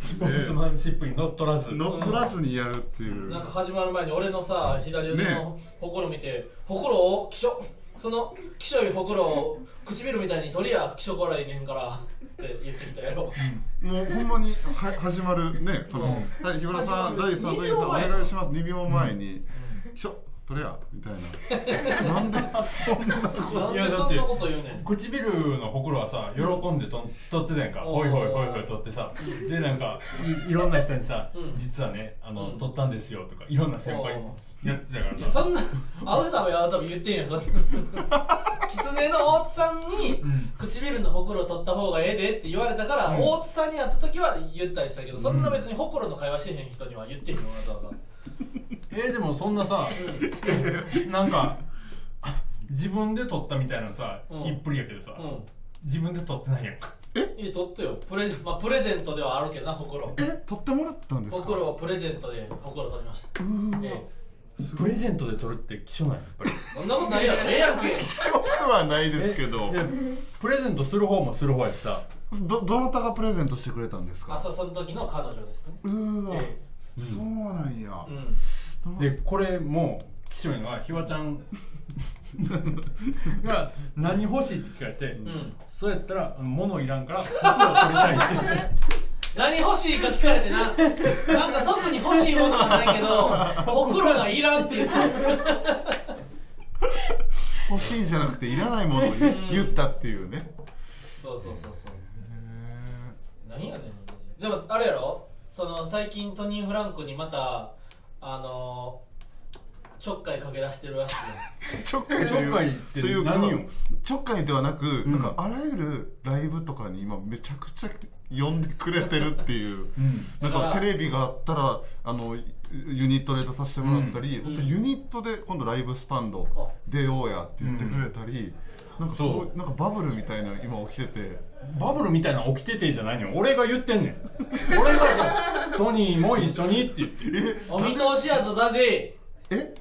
スポーツマンシップに乗っ取らず乗っ取らずにやるっていう、なんか始まる前に俺のさ左腕のほころ見て、ほころをきしょそのきしょいほころを唇みたいに取りやきしょこらいねんからって言ってきたやろ、もうほんまには始まるねその、はい日村さん大始まる地さん二大地さ秒んお前願いします2秒前に「 ひょとれや」みたいななんでそんなとこなんいやでだそっんてなこと言うねん唇のほくろはさ喜んでと取ってたやんかうんほいほいほいほい取ってさでなんかいい ろんな人にさ実はねあの取ったんですよとかいろんな先輩にやってたからさそんな会うたび会うたび言ってんや そんなキツネの大津さんに唇のほくろ取った方がええでって言われたから、うん大津さんに会った時は言ったりしたけど、そんな別にほくろの会話してへん人には言ってへんよわざわざえーでもそんなさなんか自分で取ったみたいなさうんいっぷりやけどさ自分で取ってないやんかえ取ってよプレ,、まあ、プレゼントではあるけどなほくろえ取ってもらったんですほくろをプレゼントでほくろ取りましたえプレゼントで取るって希少なんやっぱりえそんなことないやろええやんけ僕はないですけどでプレゼントする方もする方やしさどどなたがプレゼントしてくれたんですかあそうその時の彼女ですねうーわ、えそうなんや、でこれもう貴重いのはひわちゃ んが何欲しいって聞かれて、そうやったらあの物いらん から僕を取りたいって何欲しいか聞かれてななんか特に欲しいものはないけどほくろがいらんって言って欲しいじゃなくていらないものを言言ったっていうねそうそうそうそう何やねんマジででもあれやろその最近トニー・フランクにまたあのー、ちょっかいかけ出してるらしい ちょっかいというというかちょっかいではなく、なんかあらゆるライブとかに今めちゃくちゃ呼んでくれてるっていう、うんなんかだからテレビがあったらあのユニットで出させてもらったり、本当ユニットで今度ライブスタンド出ようやって言ってくれたり、なんかそうなんかバブルみたいなの今起きててバブルみたいなの起きててじゃないのよ俺が言って んねん俺がトニーも一緒にって言ってお見通しやぞザジえ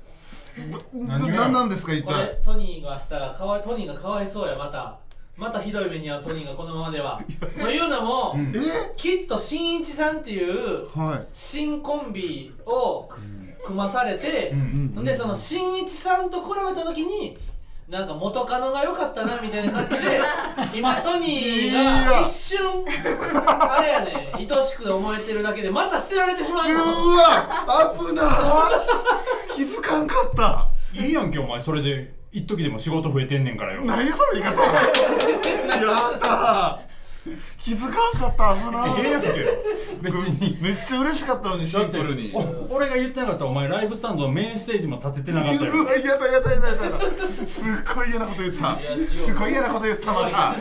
な何なんですか一こ体れトニーがしたらかわいトニーがかわいそうやまたまたひどい目に遭うトニーがこのまま ではというのも、きっとしんいちさんっていうはい新コンビを組まされて、うんでそのしんいちさんと比べた時になんか元カノが良かったなみたいな感じ で今トニーいやが一瞬あれやね愛しく思えてるだけでまた捨てられてしまうのうわ危な気づかんかったいいやんけお前それで一時でも仕事増えてんねんからよ 何その言い方や った気づかんかった危ええやなんけ別にめっちゃ嬉しかったのにシンプルにお俺が言ってなかったらお前ライブスタンドのメインステージも立ててなかったようわやだやだやだやだすっごい嫌なこと言ったすごい嫌なこと言ってたまた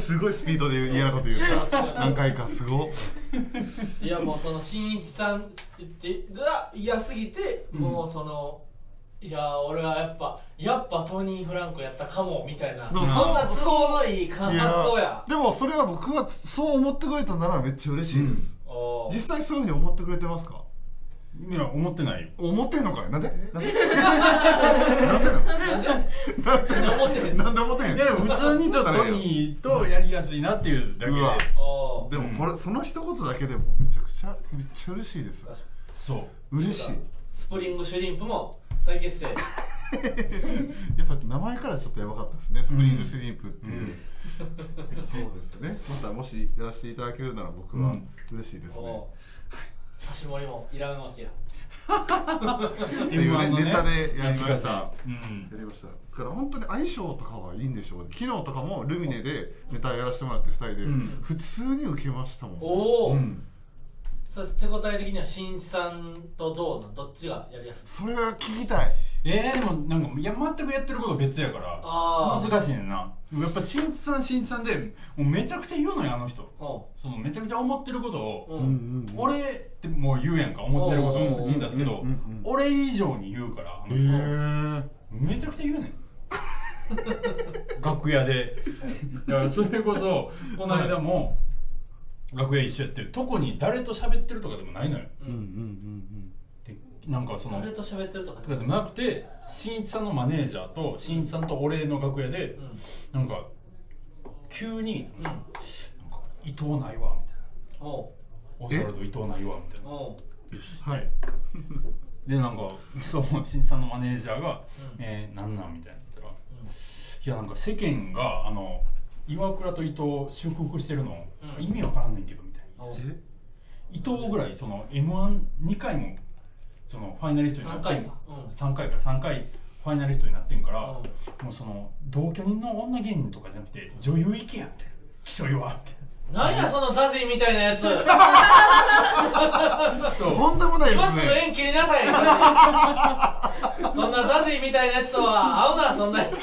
すごいスピードで嫌なこと言 った何回かすごっいやもうそのしんいちさんってが嫌すぎて、もうそのいや俺はやっぱやっぱトニー・フランクやったかもみたいなそでもんな都合のいい感い発想やでもそれは僕はそう思ってくれたならめっちゃ嬉しいです、おー実際そういうふうに思ってくれてますかいや思ってないよ思ってんのかいなんでなん でなんで思ってへんなんで思ってへんいやでも普通にちょっとトニーとやりやすいなっていうだけでうわおーでもこれ、その一言だけでもめちゃくちゃめっちゃ嬉しいですそう嬉しいスプリングシュリンプも再結成やっぱ名前からちょっとやばかったですねスプリングシュリンプっていう、そうですねまたもしやらせていただけるなら僕は嬉しいですね、おー差し盛りもいらんわけやっていう M1 のねねネタでやりまやし、ったてやたりましただから本当に相性とかはいいんでしょうね昨日とかもルミネでネタやらせてもらって2人で、うん普通に受けましたもんおお、うんそして手応え的にはしんいちさんとどうなんどっちがやりやすいそれは聞きたいえー、でもなんかいや全くやってること別やからあー難しいねんなでもやっぱしんいちさんしんいちさんでもうめちゃくちゃ言うのよあの人そのめちゃくちゃ思ってることを、うん俺ってもう言うやんか思ってることも口に出すけど、うんうんうんうん俺以上に言うからあの人、めちゃくちゃ言うねん楽屋でいやそれこ そこの間も楽屋一緒やってるとこに誰と喋ってるとかでもないのよ、うんうんでなんかその誰と喋ってるとかとかでもなくて新一さんのマネージャーと新一さんと俺の楽屋で、なんか急に、なんか伊藤ないわみたいなオズワルド伊藤ないわみたいなよしはいでなんかそう新一さんのマネージャーが「えー、なんなん?」みたいな言ったらいやなんか世間があの岩倉と伊藤祝福してるの、うん意味わからんねんけどみたいな伊藤ぐらいその m 1 2回もそのファイナリストになって三回かうん3回か3回ファイナリストになってんから、もうその同居人の女芸人とかじゃなくて女優行けやみたいな気象弱みた何いなやそのザジーみたいなやつとんでもないですね今すぐ縁切りなさい そんなザジーみたいなやつとは合うならそんなやつと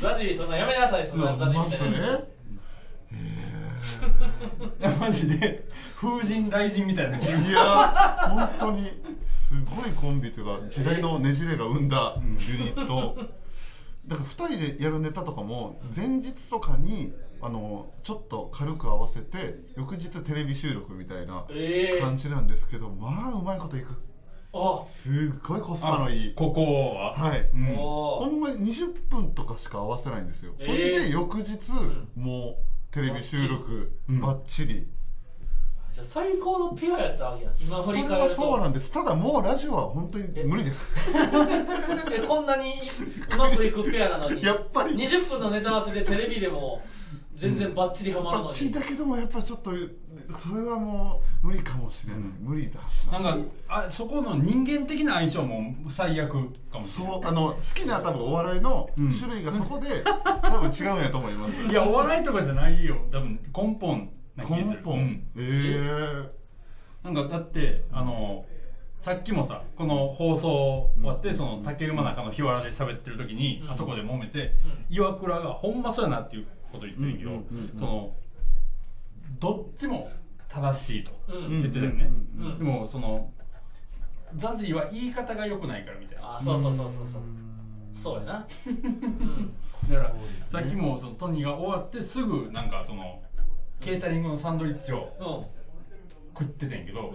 ザジーそんなやめなさいそんなザジーみたいなやついやマジで風神雷神みたいないや本当にすごいコンビというか時代のねじれが生んだユニットだから2人でやるネタとかも前日とかにあのちょっと軽く合わせて翌日テレビ収録みたいなえー感じなんですけど、まあうまいこといくあすっごいコスパのいいここははい、うんほんまに20分とかしか合わせないんですよ、えーほんで翌日、もうテレビ収録バッチリ、じゃあ最高のピュアやったわけや今振りそれ返はるそうとなんですただもうラジオは本当に無理ですえこんなにうまくいくペアなのにやっぱり20分のネタ合わせでテレビでも全然バッチリハマるのに、バッチリだけどもやっぱちょっとそれはもう無理かもしれない、無理だなんかあそこの人間的な相性も最悪かもしれないそうあの好きな多分お笑いの種類がそこで、多分違うんやと思いますいやお笑いとかじゃないよ多分根本な気がする根本うんえーなんかだってあのさっきもさこの放送終わって、その竹馬中の日原で喋ってる時に、あそこで揉めて、岩倉がほんまそうやなっていうこと言ってるけど、そのどっちも正しいとうん言ってたよね、うんうんでもそのザジーは言い方が良くないからみたいなあそうそうそうそうそうそうやなだから、さっきもそのトニーが終わってすぐなんかそのケータリングのサンドイッチを食っててんけど、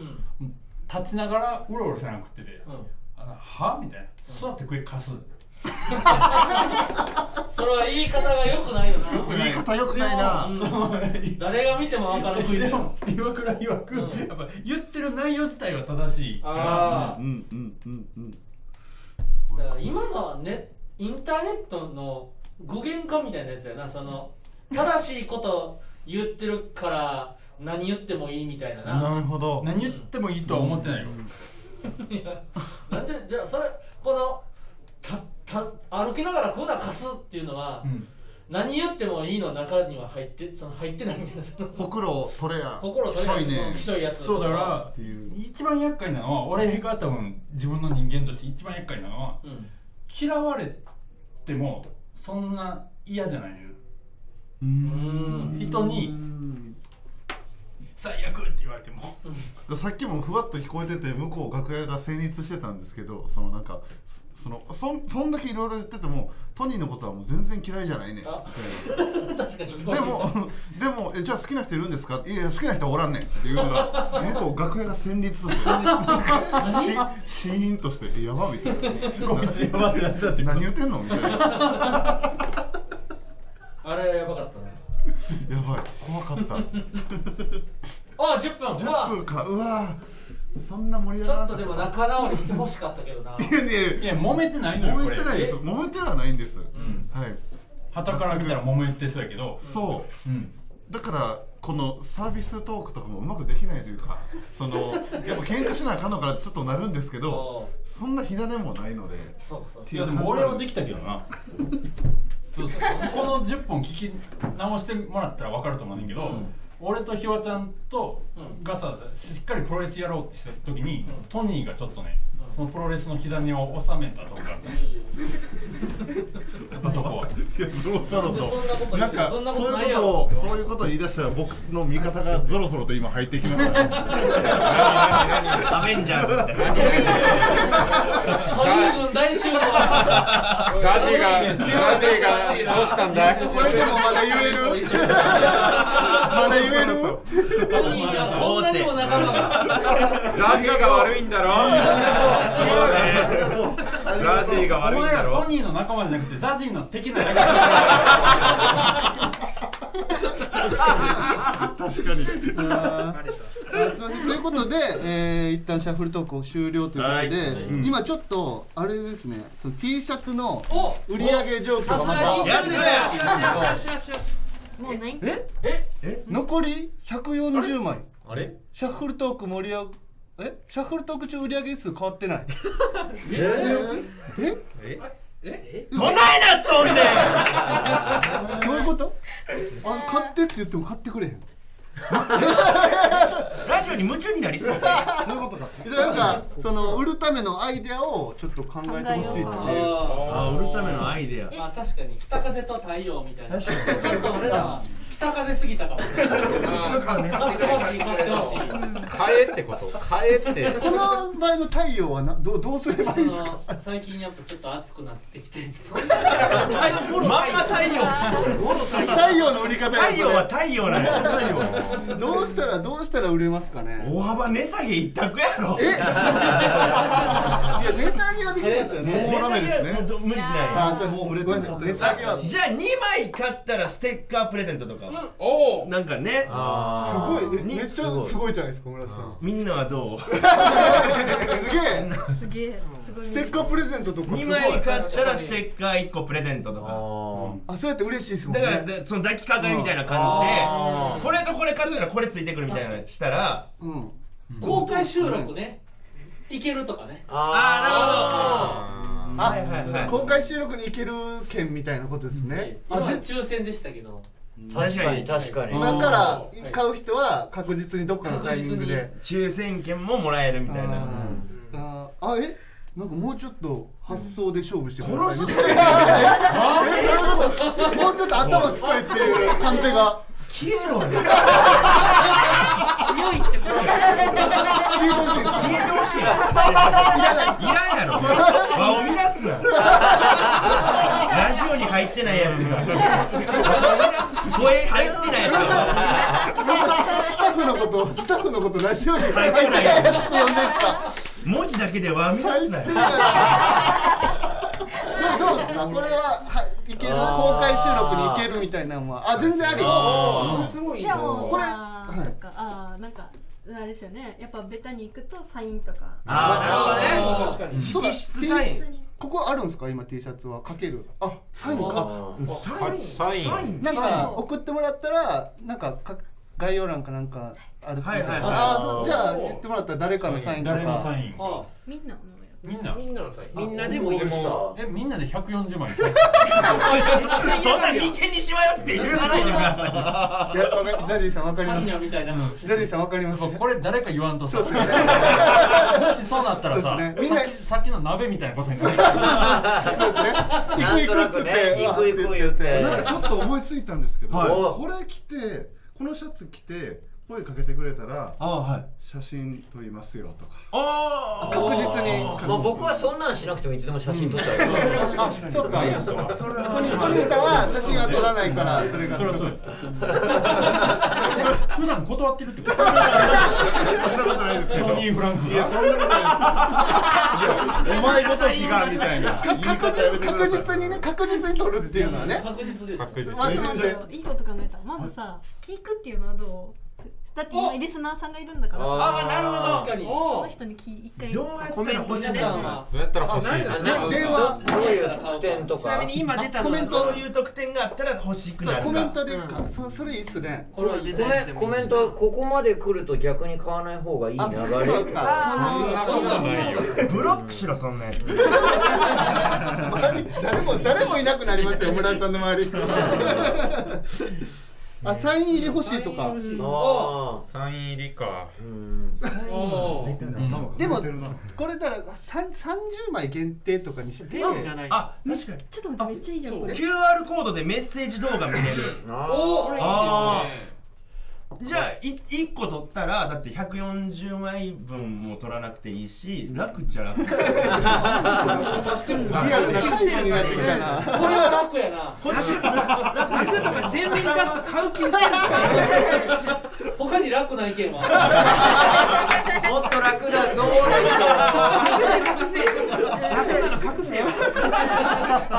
立ちながらうろうろしながら食ってて「あのはみたいな「座って食えかす」それは言い方が良くないよな言い方良くないなでもうん誰が見ても分かるクイズ でやも岩倉曰く、やっぱ言ってる内容自体は正しいからあーうんうんうんうんだから今のねインターネットの具現化みたいなやつやなその正しいこと言ってるから何言ってもいいみたいなななるほど何言ってもいいとは思ってないよ、いや なんでじゃあそれこのたた歩きながらこんな貸すっていうのは、何言ってもいいの中には入ってその入ってないみたいなそのほくろ取れやほくろ取れやしょいねきしょいやつそうだから一番厄介なのは俺が多分自分の人間として一番厄介なのは、うん嫌われてもそんな嫌じゃないのよ人に最悪って言われてもさっきもふわっと聞こえてて向こう楽屋が成立してたんですけどそのなんかそそのそんそんだけいろいろ言っててもトニーのことはもう全然嫌いじゃないね あ 確かにでもでもえじゃあ好きな人いるんですかいや好きな人はおらんねんっていう のが向こう楽屋が戦慄戦慄しシーンとしてえやばみたい なこいつやばってなったって何言ってんのみたいなあれやばかったねやばい怖かったあ10分10分かうわそんな盛り上がらなちかょっっとたでも仲直りしてほしかったけどないやね いや揉めてないのよ揉めてないですこ揉めてはないんです、はい旗から見たら揉めてそうやけどそう、だからこのサービストークとかもうまくできないというか そのやっぱ喧嘩しなあかんのかなってちょっとなるんですけどそんな火種もないのでそうそういやでも俺はできたけどな そうそうこの10本聞き直してもらったら分かると思うねんだけど、俺とひわちゃんとがさしっかりプロレスやろうってした時に、トニーがちょっとねそのプロレスの火種を収めたとこがあったやっぱそこは。いやゾロゾそロんなこと言ってとるなんかそんなこそとうないいうや ころとをそういうことを言い出したら僕の味方がゾロゾロと今入ってきましたね アベンジャーズみたいな。 アベンジャーズの大集合ザジがザジがどうしたんだいこれでもまだ言えるまだ言えるこんなにも仲間がザジが悪いんだろそうねザジーが悪いんだろお前らトニーの仲間じゃなくてザジーの敵な仲間確かにあすいませんということで、えー、一旦シャッフルトークを終了ということで、うん今ちょっとあれですねその T シャツの売り上げ状況がまたおさすがもにうないえええ残り140枚あれシャッフルトーク盛り上がえシャッフルトーク中売り上げ数変わってないええええどないなっとんねんどういう ことあ買ってって言っても買ってくれへんラジオに夢中になりそうそういうことかなんかその売るためのアイデアをちょっと考えてほしいっていうあ売るためのアイ デアまあ確かに北風と太陽みたいなちょっと俺らは北風すぎたかも買ってほしい買ってほしい買えってこと買えって、この場合の太陽はなどうどうすればいいですか最近やっぱちょっと暑くなってきてまんま太陽太陽の売り方太陽は太陽なのどうしたらどうしたら売れますかね大幅値下げ一択やろえいや値下げはできないですよねもうダメですね無理ないあそれもう売れてる値下げはじゃあ2枚買ったらステッカープレゼントとか、うんおなんかねすごいめっちゃすごいじゃないですか村瀬さんみんなはどうすげえすげえステッカープレゼントとか2枚買ったらステッカー1個プレゼントとかあそうやって嬉しいですもんねだからその抱きかかえみたいな感じでこれとこれ買ったらこれついてくるみたいなしたらうん公開収録ね、うん、いけるとかねああなるほどあ、はいはいはい、公開収録に行ける券みたいなことですね、うん、今抽選でしたけど確かに確かに今から買う人は確実にどっかのタイミングで抽選券ももらえるみたいなああえなんかもうちょっと発想で勝負してください、ね、殺すぞもうちょっと頭使えっていうカンペが消えろ強いって消えてほ しい消えてほしいいらんやろ場を乱すなラジオに入ってないやつ が声入ってないやつがスタッフのことスタッフのことラジオに入ってないやつって呼んでんすか文字だけでは乱すなよどうですかこれははいける公開収録に行けるみたいなのはあ全然ありそれすごいじゃもうこれなんかあなんかあれですよねやっぱベタに行くとサインとかああなるほどね確かに直筆サインここあるんですか今 T シャツはかけるあサインかサインサインなんか送ってもらったらなんかか概要欄かなんかあるはいはい、はい、ああそうじゃあ言ってもらったら誰かのサインとか誰のサインみんなのみんなみんなのサインみんなでもいいえみんなで140枚そんな眉間にしわ寄せて言わないでくださいやザジーさんわかりますザジーさんわかりますこれ誰か言わんとそうです ねもしそうなったらさ、ね、みんなさっきの鍋みたいなことになるそうですね行く行くっつって行く行く言ってなんかちょっと思いついたんですけどこれ着てこのシャツ着て声かけてくれたらあ、はい、写真撮りますよとかああ確実に、まあ、僕はそんなんしなくてもいつでも写真撮っちゃう、うん、あそうかトニーさんは写真は撮らないからそれが普段断ってるってことそんなことないですトニー・フランクいやそんなことないですお前ごときがみたいな確実にね確実に撮るっていうのはね確実です確まずまずいいこと考えたまずさ聞くっていうのはどうだって今リスナーさんがいるんだからさああなるほど確かにその人にき一回どうやったら欲しいどうやったら欲しい電話どういう特典とかちなみに今出たコメントどういう特典があったら欲しくなるコメントで、うん、そそれいいっすねこれコメントはここまで来ると逆に買わない方がいい流れそんなことないよブロックしろそんなやつ誰も誰もいなくなりますよ村井さんの周りあ、サイン入り欲しいとか。サイン入りか。うん、でも、これだら、三、三十枚限定とかにして。あ、確かに。ちょっと待って、めっちゃいいじゃん。 QR コードでメッセージ動画見れる。ああ、あじゃあい1個取ったらだって140枚分も取らなくていいし楽っちゃ楽リアルな回線になってきたなこれは楽やなこっち楽とか全面に出すと買う気にする他に楽な意見はもっと楽だぞ隠せ隠せ楽なの隠せよ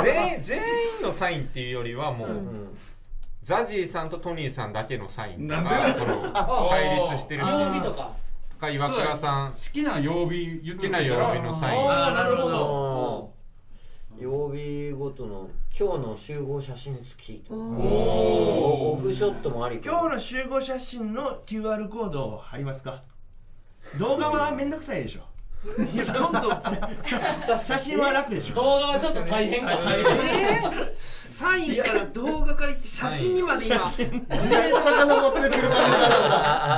全員全員のサインっていうよりはもう、ザジーさんとトニーさんだけのサインとかこの対立してるし曜日とかとか岩倉さん好きな曜日好きな曜日のサインあーなるほど曜日ごとの今日の集合写真付きとかおオフショットもあり今日の集合写真の QR コードを貼りますか動画はめんどくさいでしょどんどん写真は楽でしょ動画はちょっと大変かあ大えーサインから動画からいって写真にまで今時代遡ってくる感じが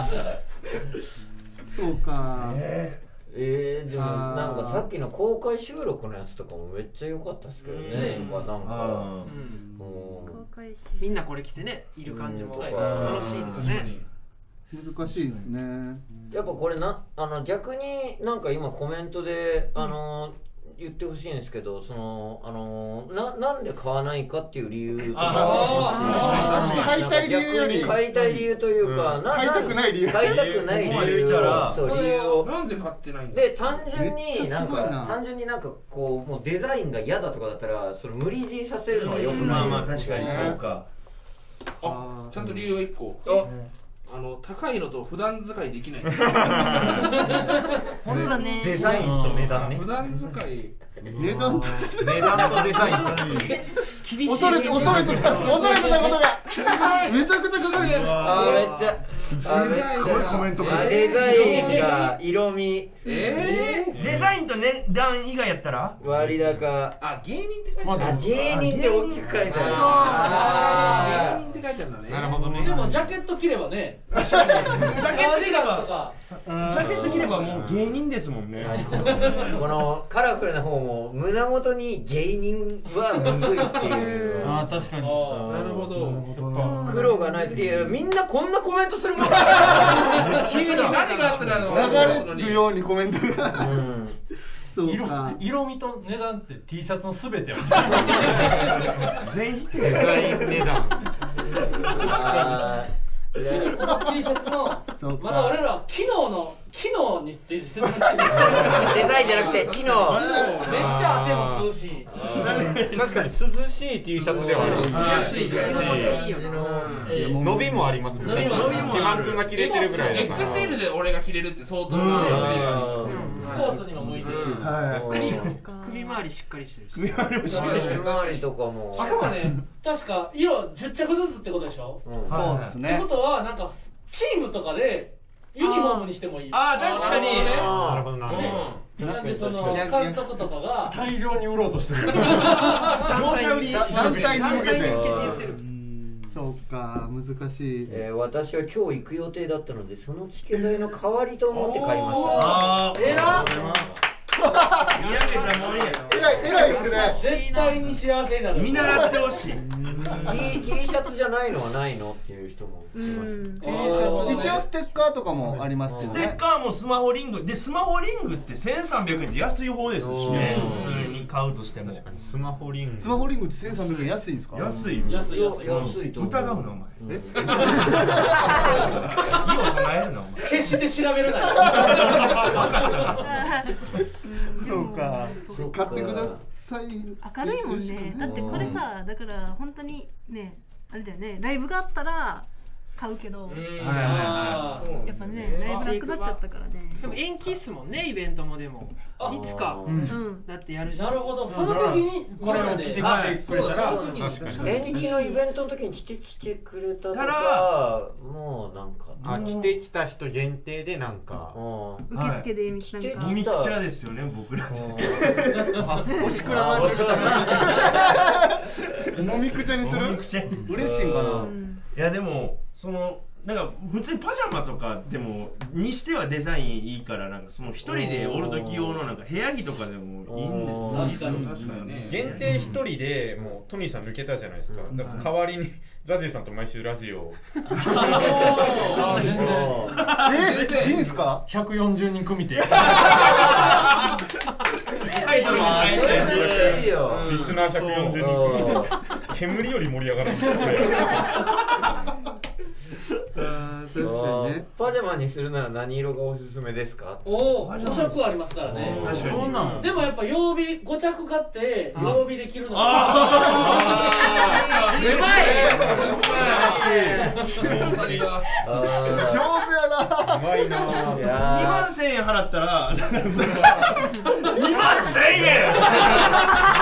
あそうかええーでもなんかさっきの公開収録のやつとかもめっちゃ良かったっすけどねうんとかなんかみんなこれ着てねいる感じもうん楽しいですね難しいですねやっぱこれなあの逆になんか今コメントであの言ってほしいんですけどそのあのななんで買わないかっていう理由とかあー買いたい理由より逆に買いたい理由というか、うんな買いたくない理由買いたくない理ここまで由来たらそう理由をなんで買ってないんだで単純になんめっちゃすごいかな単純にな んかこうもうデザインが嫌だとかだったらそれ無理強いさせるのはよくない、うんまあまあ確かにそうかあちゃんと理由が1個あの高いのと普段使いできない本当だねデザインと値段ね普段使い値段と値段とデザイン厳しい恐れて恐れてた恐れてたことがめちゃくちゃかかるあーめっちゃあめっちゃすごいコメントがあデザインが色味えーデザインと値段以外やったら割高あ芸人って書いてまあだる芸人って大きく書いてあるあ芸人って書いてあるんだねなるほどねでもジャケット着ればねジャケット着ればとかジャケット着ればもう芸人ですもんね このカラフルな方も胸元に芸人はむずいっていうあー確かになるほど黒がないっていうみんなこんなコメントするもん急に何があったら流れるようにコメントがそう色か色味と値段って T シャツのすべてを全否定デザイン値段 あこの T シャツそうのかまだ俺らは機能の機能について説明してる デザインじゃなくて機能めっちゃ汗も吸うし確かに涼しい T シャツではある涼しいいやもう伸びもありますもんね伸びもあ肥満る君が着れてるぐらいだから XL で俺が着れるって相当なうんねスポーツにも向いてるし首周りしっかりしてるし首周りもしっかりしてる首周りとかもしかもね確か色10着ずつってことでしょうんそうっすねってことはなんかチームとかでユニフォームにしてもいいあー確かになるほどなるほどねなんでその確かに監督とかが大量に売ろうと してる業者売り団体に向けて言ってるそうか難しいえー私は今日行く予定だったのでそのチケ代の代わりと思って買いましたあーえらっ見上げたもんや偉い偉いっすね絶対に幸せになる見習ってほしい T, T シャツじゃないのはないのっていう人もいました T シャツ一応ステッカーとかもありますスけどテッねカーもスマホリングでスマホリングって1300円って安い方ですしねうん普通に買うとしても確かにスマホリングスマホリングって1300円安いんですか安い安い安い安いと疑うなお前え異を唱えるなお前決して調べるなよそうか買ってください明るいもんねだってこれさだから本当にねあれだよねライブがあったら買うけどはやっぱねライブなくなっちゃったからねでも延期っすもんねイベントもでもいつかうんだってやるしなるほどその時にこれを着てくれてくれたら延期のイベントの時に来て来てくれたとたかもうなんかあ着てきた人限定でなんか受付でみなんいかギミクチャですよね僕らあおしくらまんです飲み口にする嬉しいんかなうんいやでもそのなんか普通にパジャマとかでもにしてはデザインいいからなんかその一人でおる時用のなんか部屋着とかでもいいんあでー限定一人でもうトミーさん抜けたじゃないですか。だから代わりにザゼさんと毎週ラジオを。全然いいんすか140人組でタイトルも変えていいよリスナー140人組煙より盛り上がらんみたいなあーパジャマにするなら何色がおすすめですかおお5色ありますからねうん確かにそうなのでもやっぱ曜日5着買って曜日で着るの があーううまい上手やなうまいな2万1000円払ったら2万1000円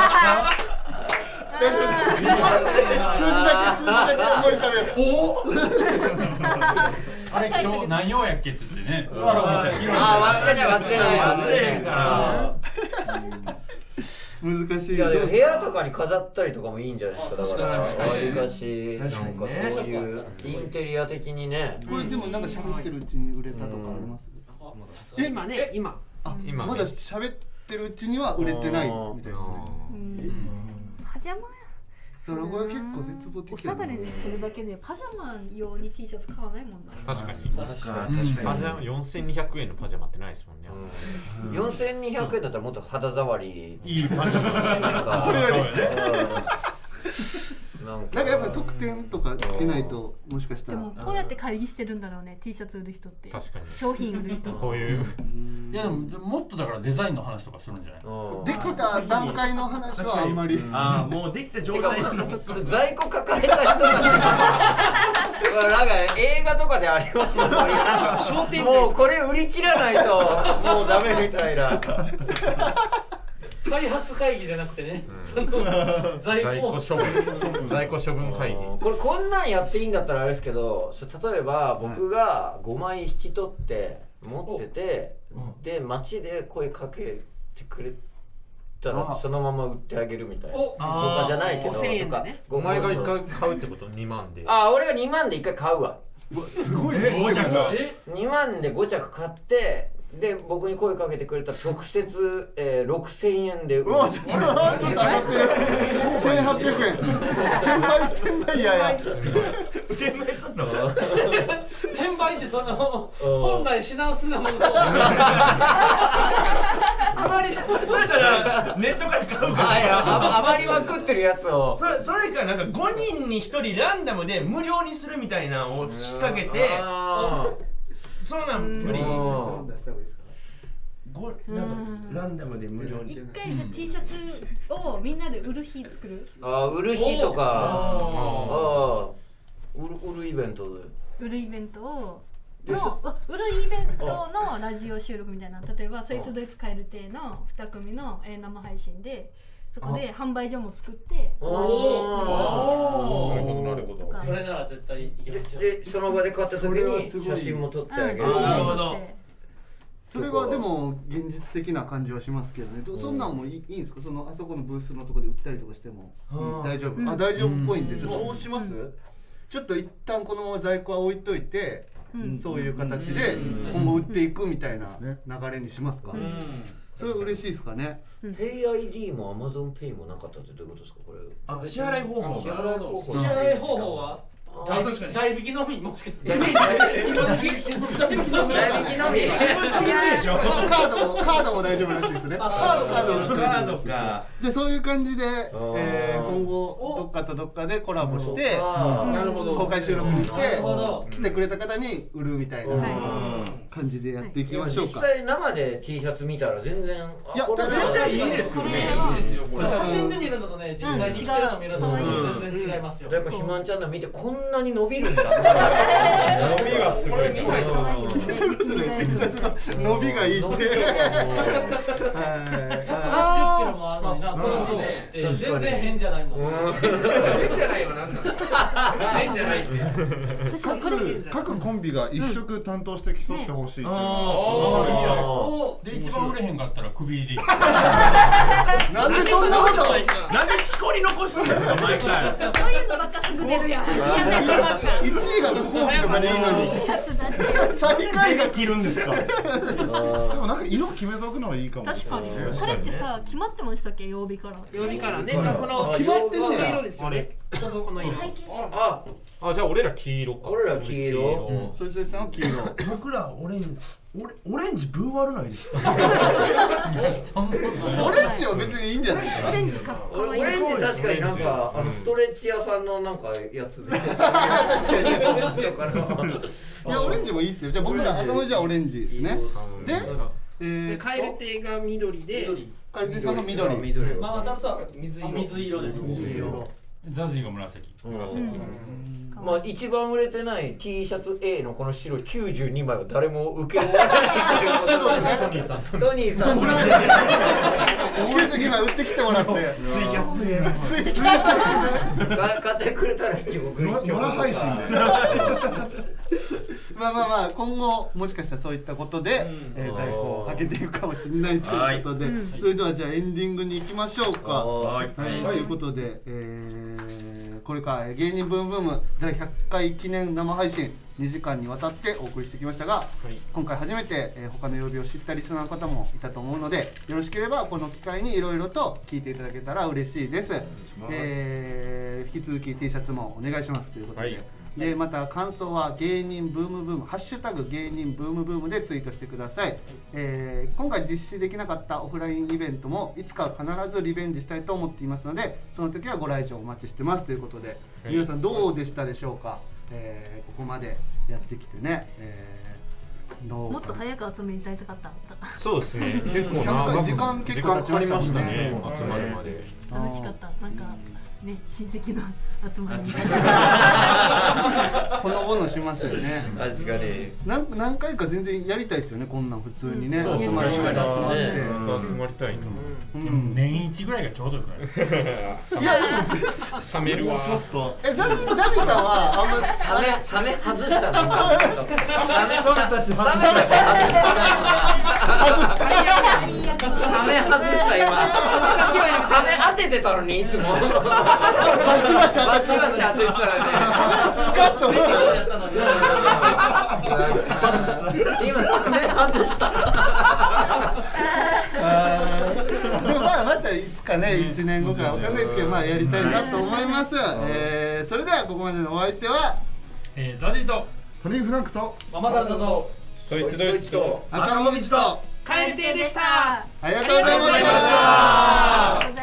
数字だけ思い浮かべるあれ今日 何曜やっけって言ってねあー忘れない忘れない忘れへんから難しいいやでも部屋とかに飾ったりとかもいいんじゃないですかだからあ確かにわりかしなんかそういうインテリア的にねこれでもなんか喋ってるうちに売れたとかありますえ今ね今あまだ喋ってるうちには売れてないみたいですねパジャマそれこれ結構絶望お的下やがなりにするだけでパジャマ用に T シャツ買わないもんな確かに確かにパジャマ4200円のパジャマってないですもんね、 4200円だったらもっと肌触りいいパジャマなんかこれよりうんなんなんかやっぱり特典とかつけないともしかしたでらもこうやって会議してるんだろうね T シャツ売る人って確かに商品売る人 こういういやでももっとだからデザインの話とかするんじゃないできた段階の話はあんまりああもうできた状 態在庫抱えた人が なんか映画とかでありますよこういう商 店街もうこれ売り切らないともうダメみたいな開発会議じゃなくてねその在在庫庫処分在庫処分会議これこんなんやっていいんだったらあれですけどそ例えば僕が5枚引き取って持ってて、で街で声かけてくれたあらそのまま売ってあげるみたいなおとかじゃないけどあー5000円とかでね5お前が一回買うってこと2万であ俺が2万で1回買うわすごいねえ5着え2万で5着買ってで僕に声かけてくれたら直接、えー、6000円で売るわちょっと上がってる1800円転売転売やや転売すんの転売ってそのうん本来品 薄なものをあまりそれたらネットから買うからあいやああまりまくってるやつをそれそれかなんか5人に1人ランダムで無料にするみたいなのを引っ掛けてあそんなん無理うんごなんかランダムで無料に一回じゃあ T シャツをみんなで売る日作るあー売る日とかあおー売る売るイベントで売るイベントをでのあ売るイベントのラジオ収録みたいな例えば「そいつドイツ帰る亭」の2組のえー生配信でそこで販売所も作っておおおーなるほどなるほどこれなら絶対いけますよでその場で買った時に写真も撮ってあげるうんなるほどそれはでも現実的な感じはしますけどねどそんなんもいいいいんですかそのあそこのブースのとこで売ったりとかしてもうん大丈うん夫あ大丈夫っぽいんでうんちょっとそうしますちょっと一旦このまま在庫は置いといてうんそういう形でうん今後売っていくみたいな流れにしますかそれ嬉しいですかねペイ ID も AmazonPay もなかったってどういうことですかこれあ支払い方法が支払い方支法払い方法はあ代確かに代引きのみもしかして代代引引ききのみ代引き のみ新聞紙入れるでしょカードもカードも大丈夫らしいですねあカードカードも大丈夫らしいですかじゃあそういう感じで、えー今後どっかとどっかでコラボしてあーなるほど公開収録にしなてるほど来てくれた方に売るみたいな感じでやっていきましょう実か。際生で T シャツ見たら全然あいやこれめっちゃいいですよねこれはいいですよこれ写真で見るのとね実際に着てるの見るのと全然違いますよやっぱ肥満ちゃんの見てこんなに伸びるんだ伸びがすごいな伸びがいいって。 180キロもあるのにな、この人生って全然変じゃないもん。変じゃないは何なの変じゃないって。各各コンビが一色担当して競ってほしいっていうのあは面白いでーすねで一番売れへんかったらクビ入りなんでそんなことなんでしこり残すんですか毎回そういうのばっかすんグ出るやん。いや1位がご褒美とかでいいのに最下位が着るんですかでもなんか色決めておくのはいいかも確かにこれってさ決まってましたっけ曜日から曜日からねうんこの決まってんねやこの色ですよねちょうどこの色最ああじゃあ俺ら黄色か俺ら黄色それぞれさんは黄色僕らオレンジ俺オレンジ分割ないですか オレンジは別にいいんじゃないですかオレンジかオレンジ確かになんかあのストレッチ屋さんのなんかやつで確かにどっちかいやオレンジもいいっすよじゃあ僕ら赤文字はオレンジですねでえでーカエル亭が緑でカエル亭さんが緑ママタルトは水色。水色です水色ザジーが紫紫まあ一番売れてない T シャツ A のこの白92枚は誰も受け負わないトニーさんトニーさ ん俺の時今売ってきてもらってツイキャスでツイキャスでが買ってくれたら一応僕に野良配信で まあまあまあ今後もしかしたらそういったことで、えー在庫を上げていくかもしれないということで、それではじゃあエンディングに行きましょうか。はい、ということで、えーこれから芸人ブームブーム第100回記念生配信2時間にわたってお送りしてきましたが、今回初めて、えー他の曜日を知ったリスナーの方もいたと思うのでよろしければこの機会にいろいろと聞いていただけたら嬉しいです。ますえー引き続き T シャツもお願いしますということで。でまた感想は芸人ブームブームハッシュタグ芸人ブームブームでツイートしてください、えー今回実施できなかったオフラインイベントもいつか必ずリベンジしたいと思っていますのでその時はご来場お待ちしてますということで、はい皆さんどうでしたでしょうか、えーここまでやってきてね、えーどうもっと早く集めに至りたかったそうです ね結構100長回く時間結時構間経ちかかまりしたまもしんたねね集まるまで楽しかったなんかね親戚の集まりみたい ほのぼのしますよね確かになん何回か全然やりたいですよねこんなん普通にね、そうですね集まり集まって本当集まりたいな年一ぐらいがちょうどよくない いやでも冷めるわちょっとえザジザジさんはあんまサメサメ外したのサメサメ外したサメ外した今サメ当ててたのにいつもバシバシ当ててバシバシ当ててたらねスカッと今サメ外したでも まあまたいつかね1年後かわかんないですけどまあやりたいなと思います、えーそれではここまでのお相手は、えー、ザジーとトニー・フランクとママタルトとそいつどいつと赤もみちとカエル亭でしたありがとうございましたありがとうございました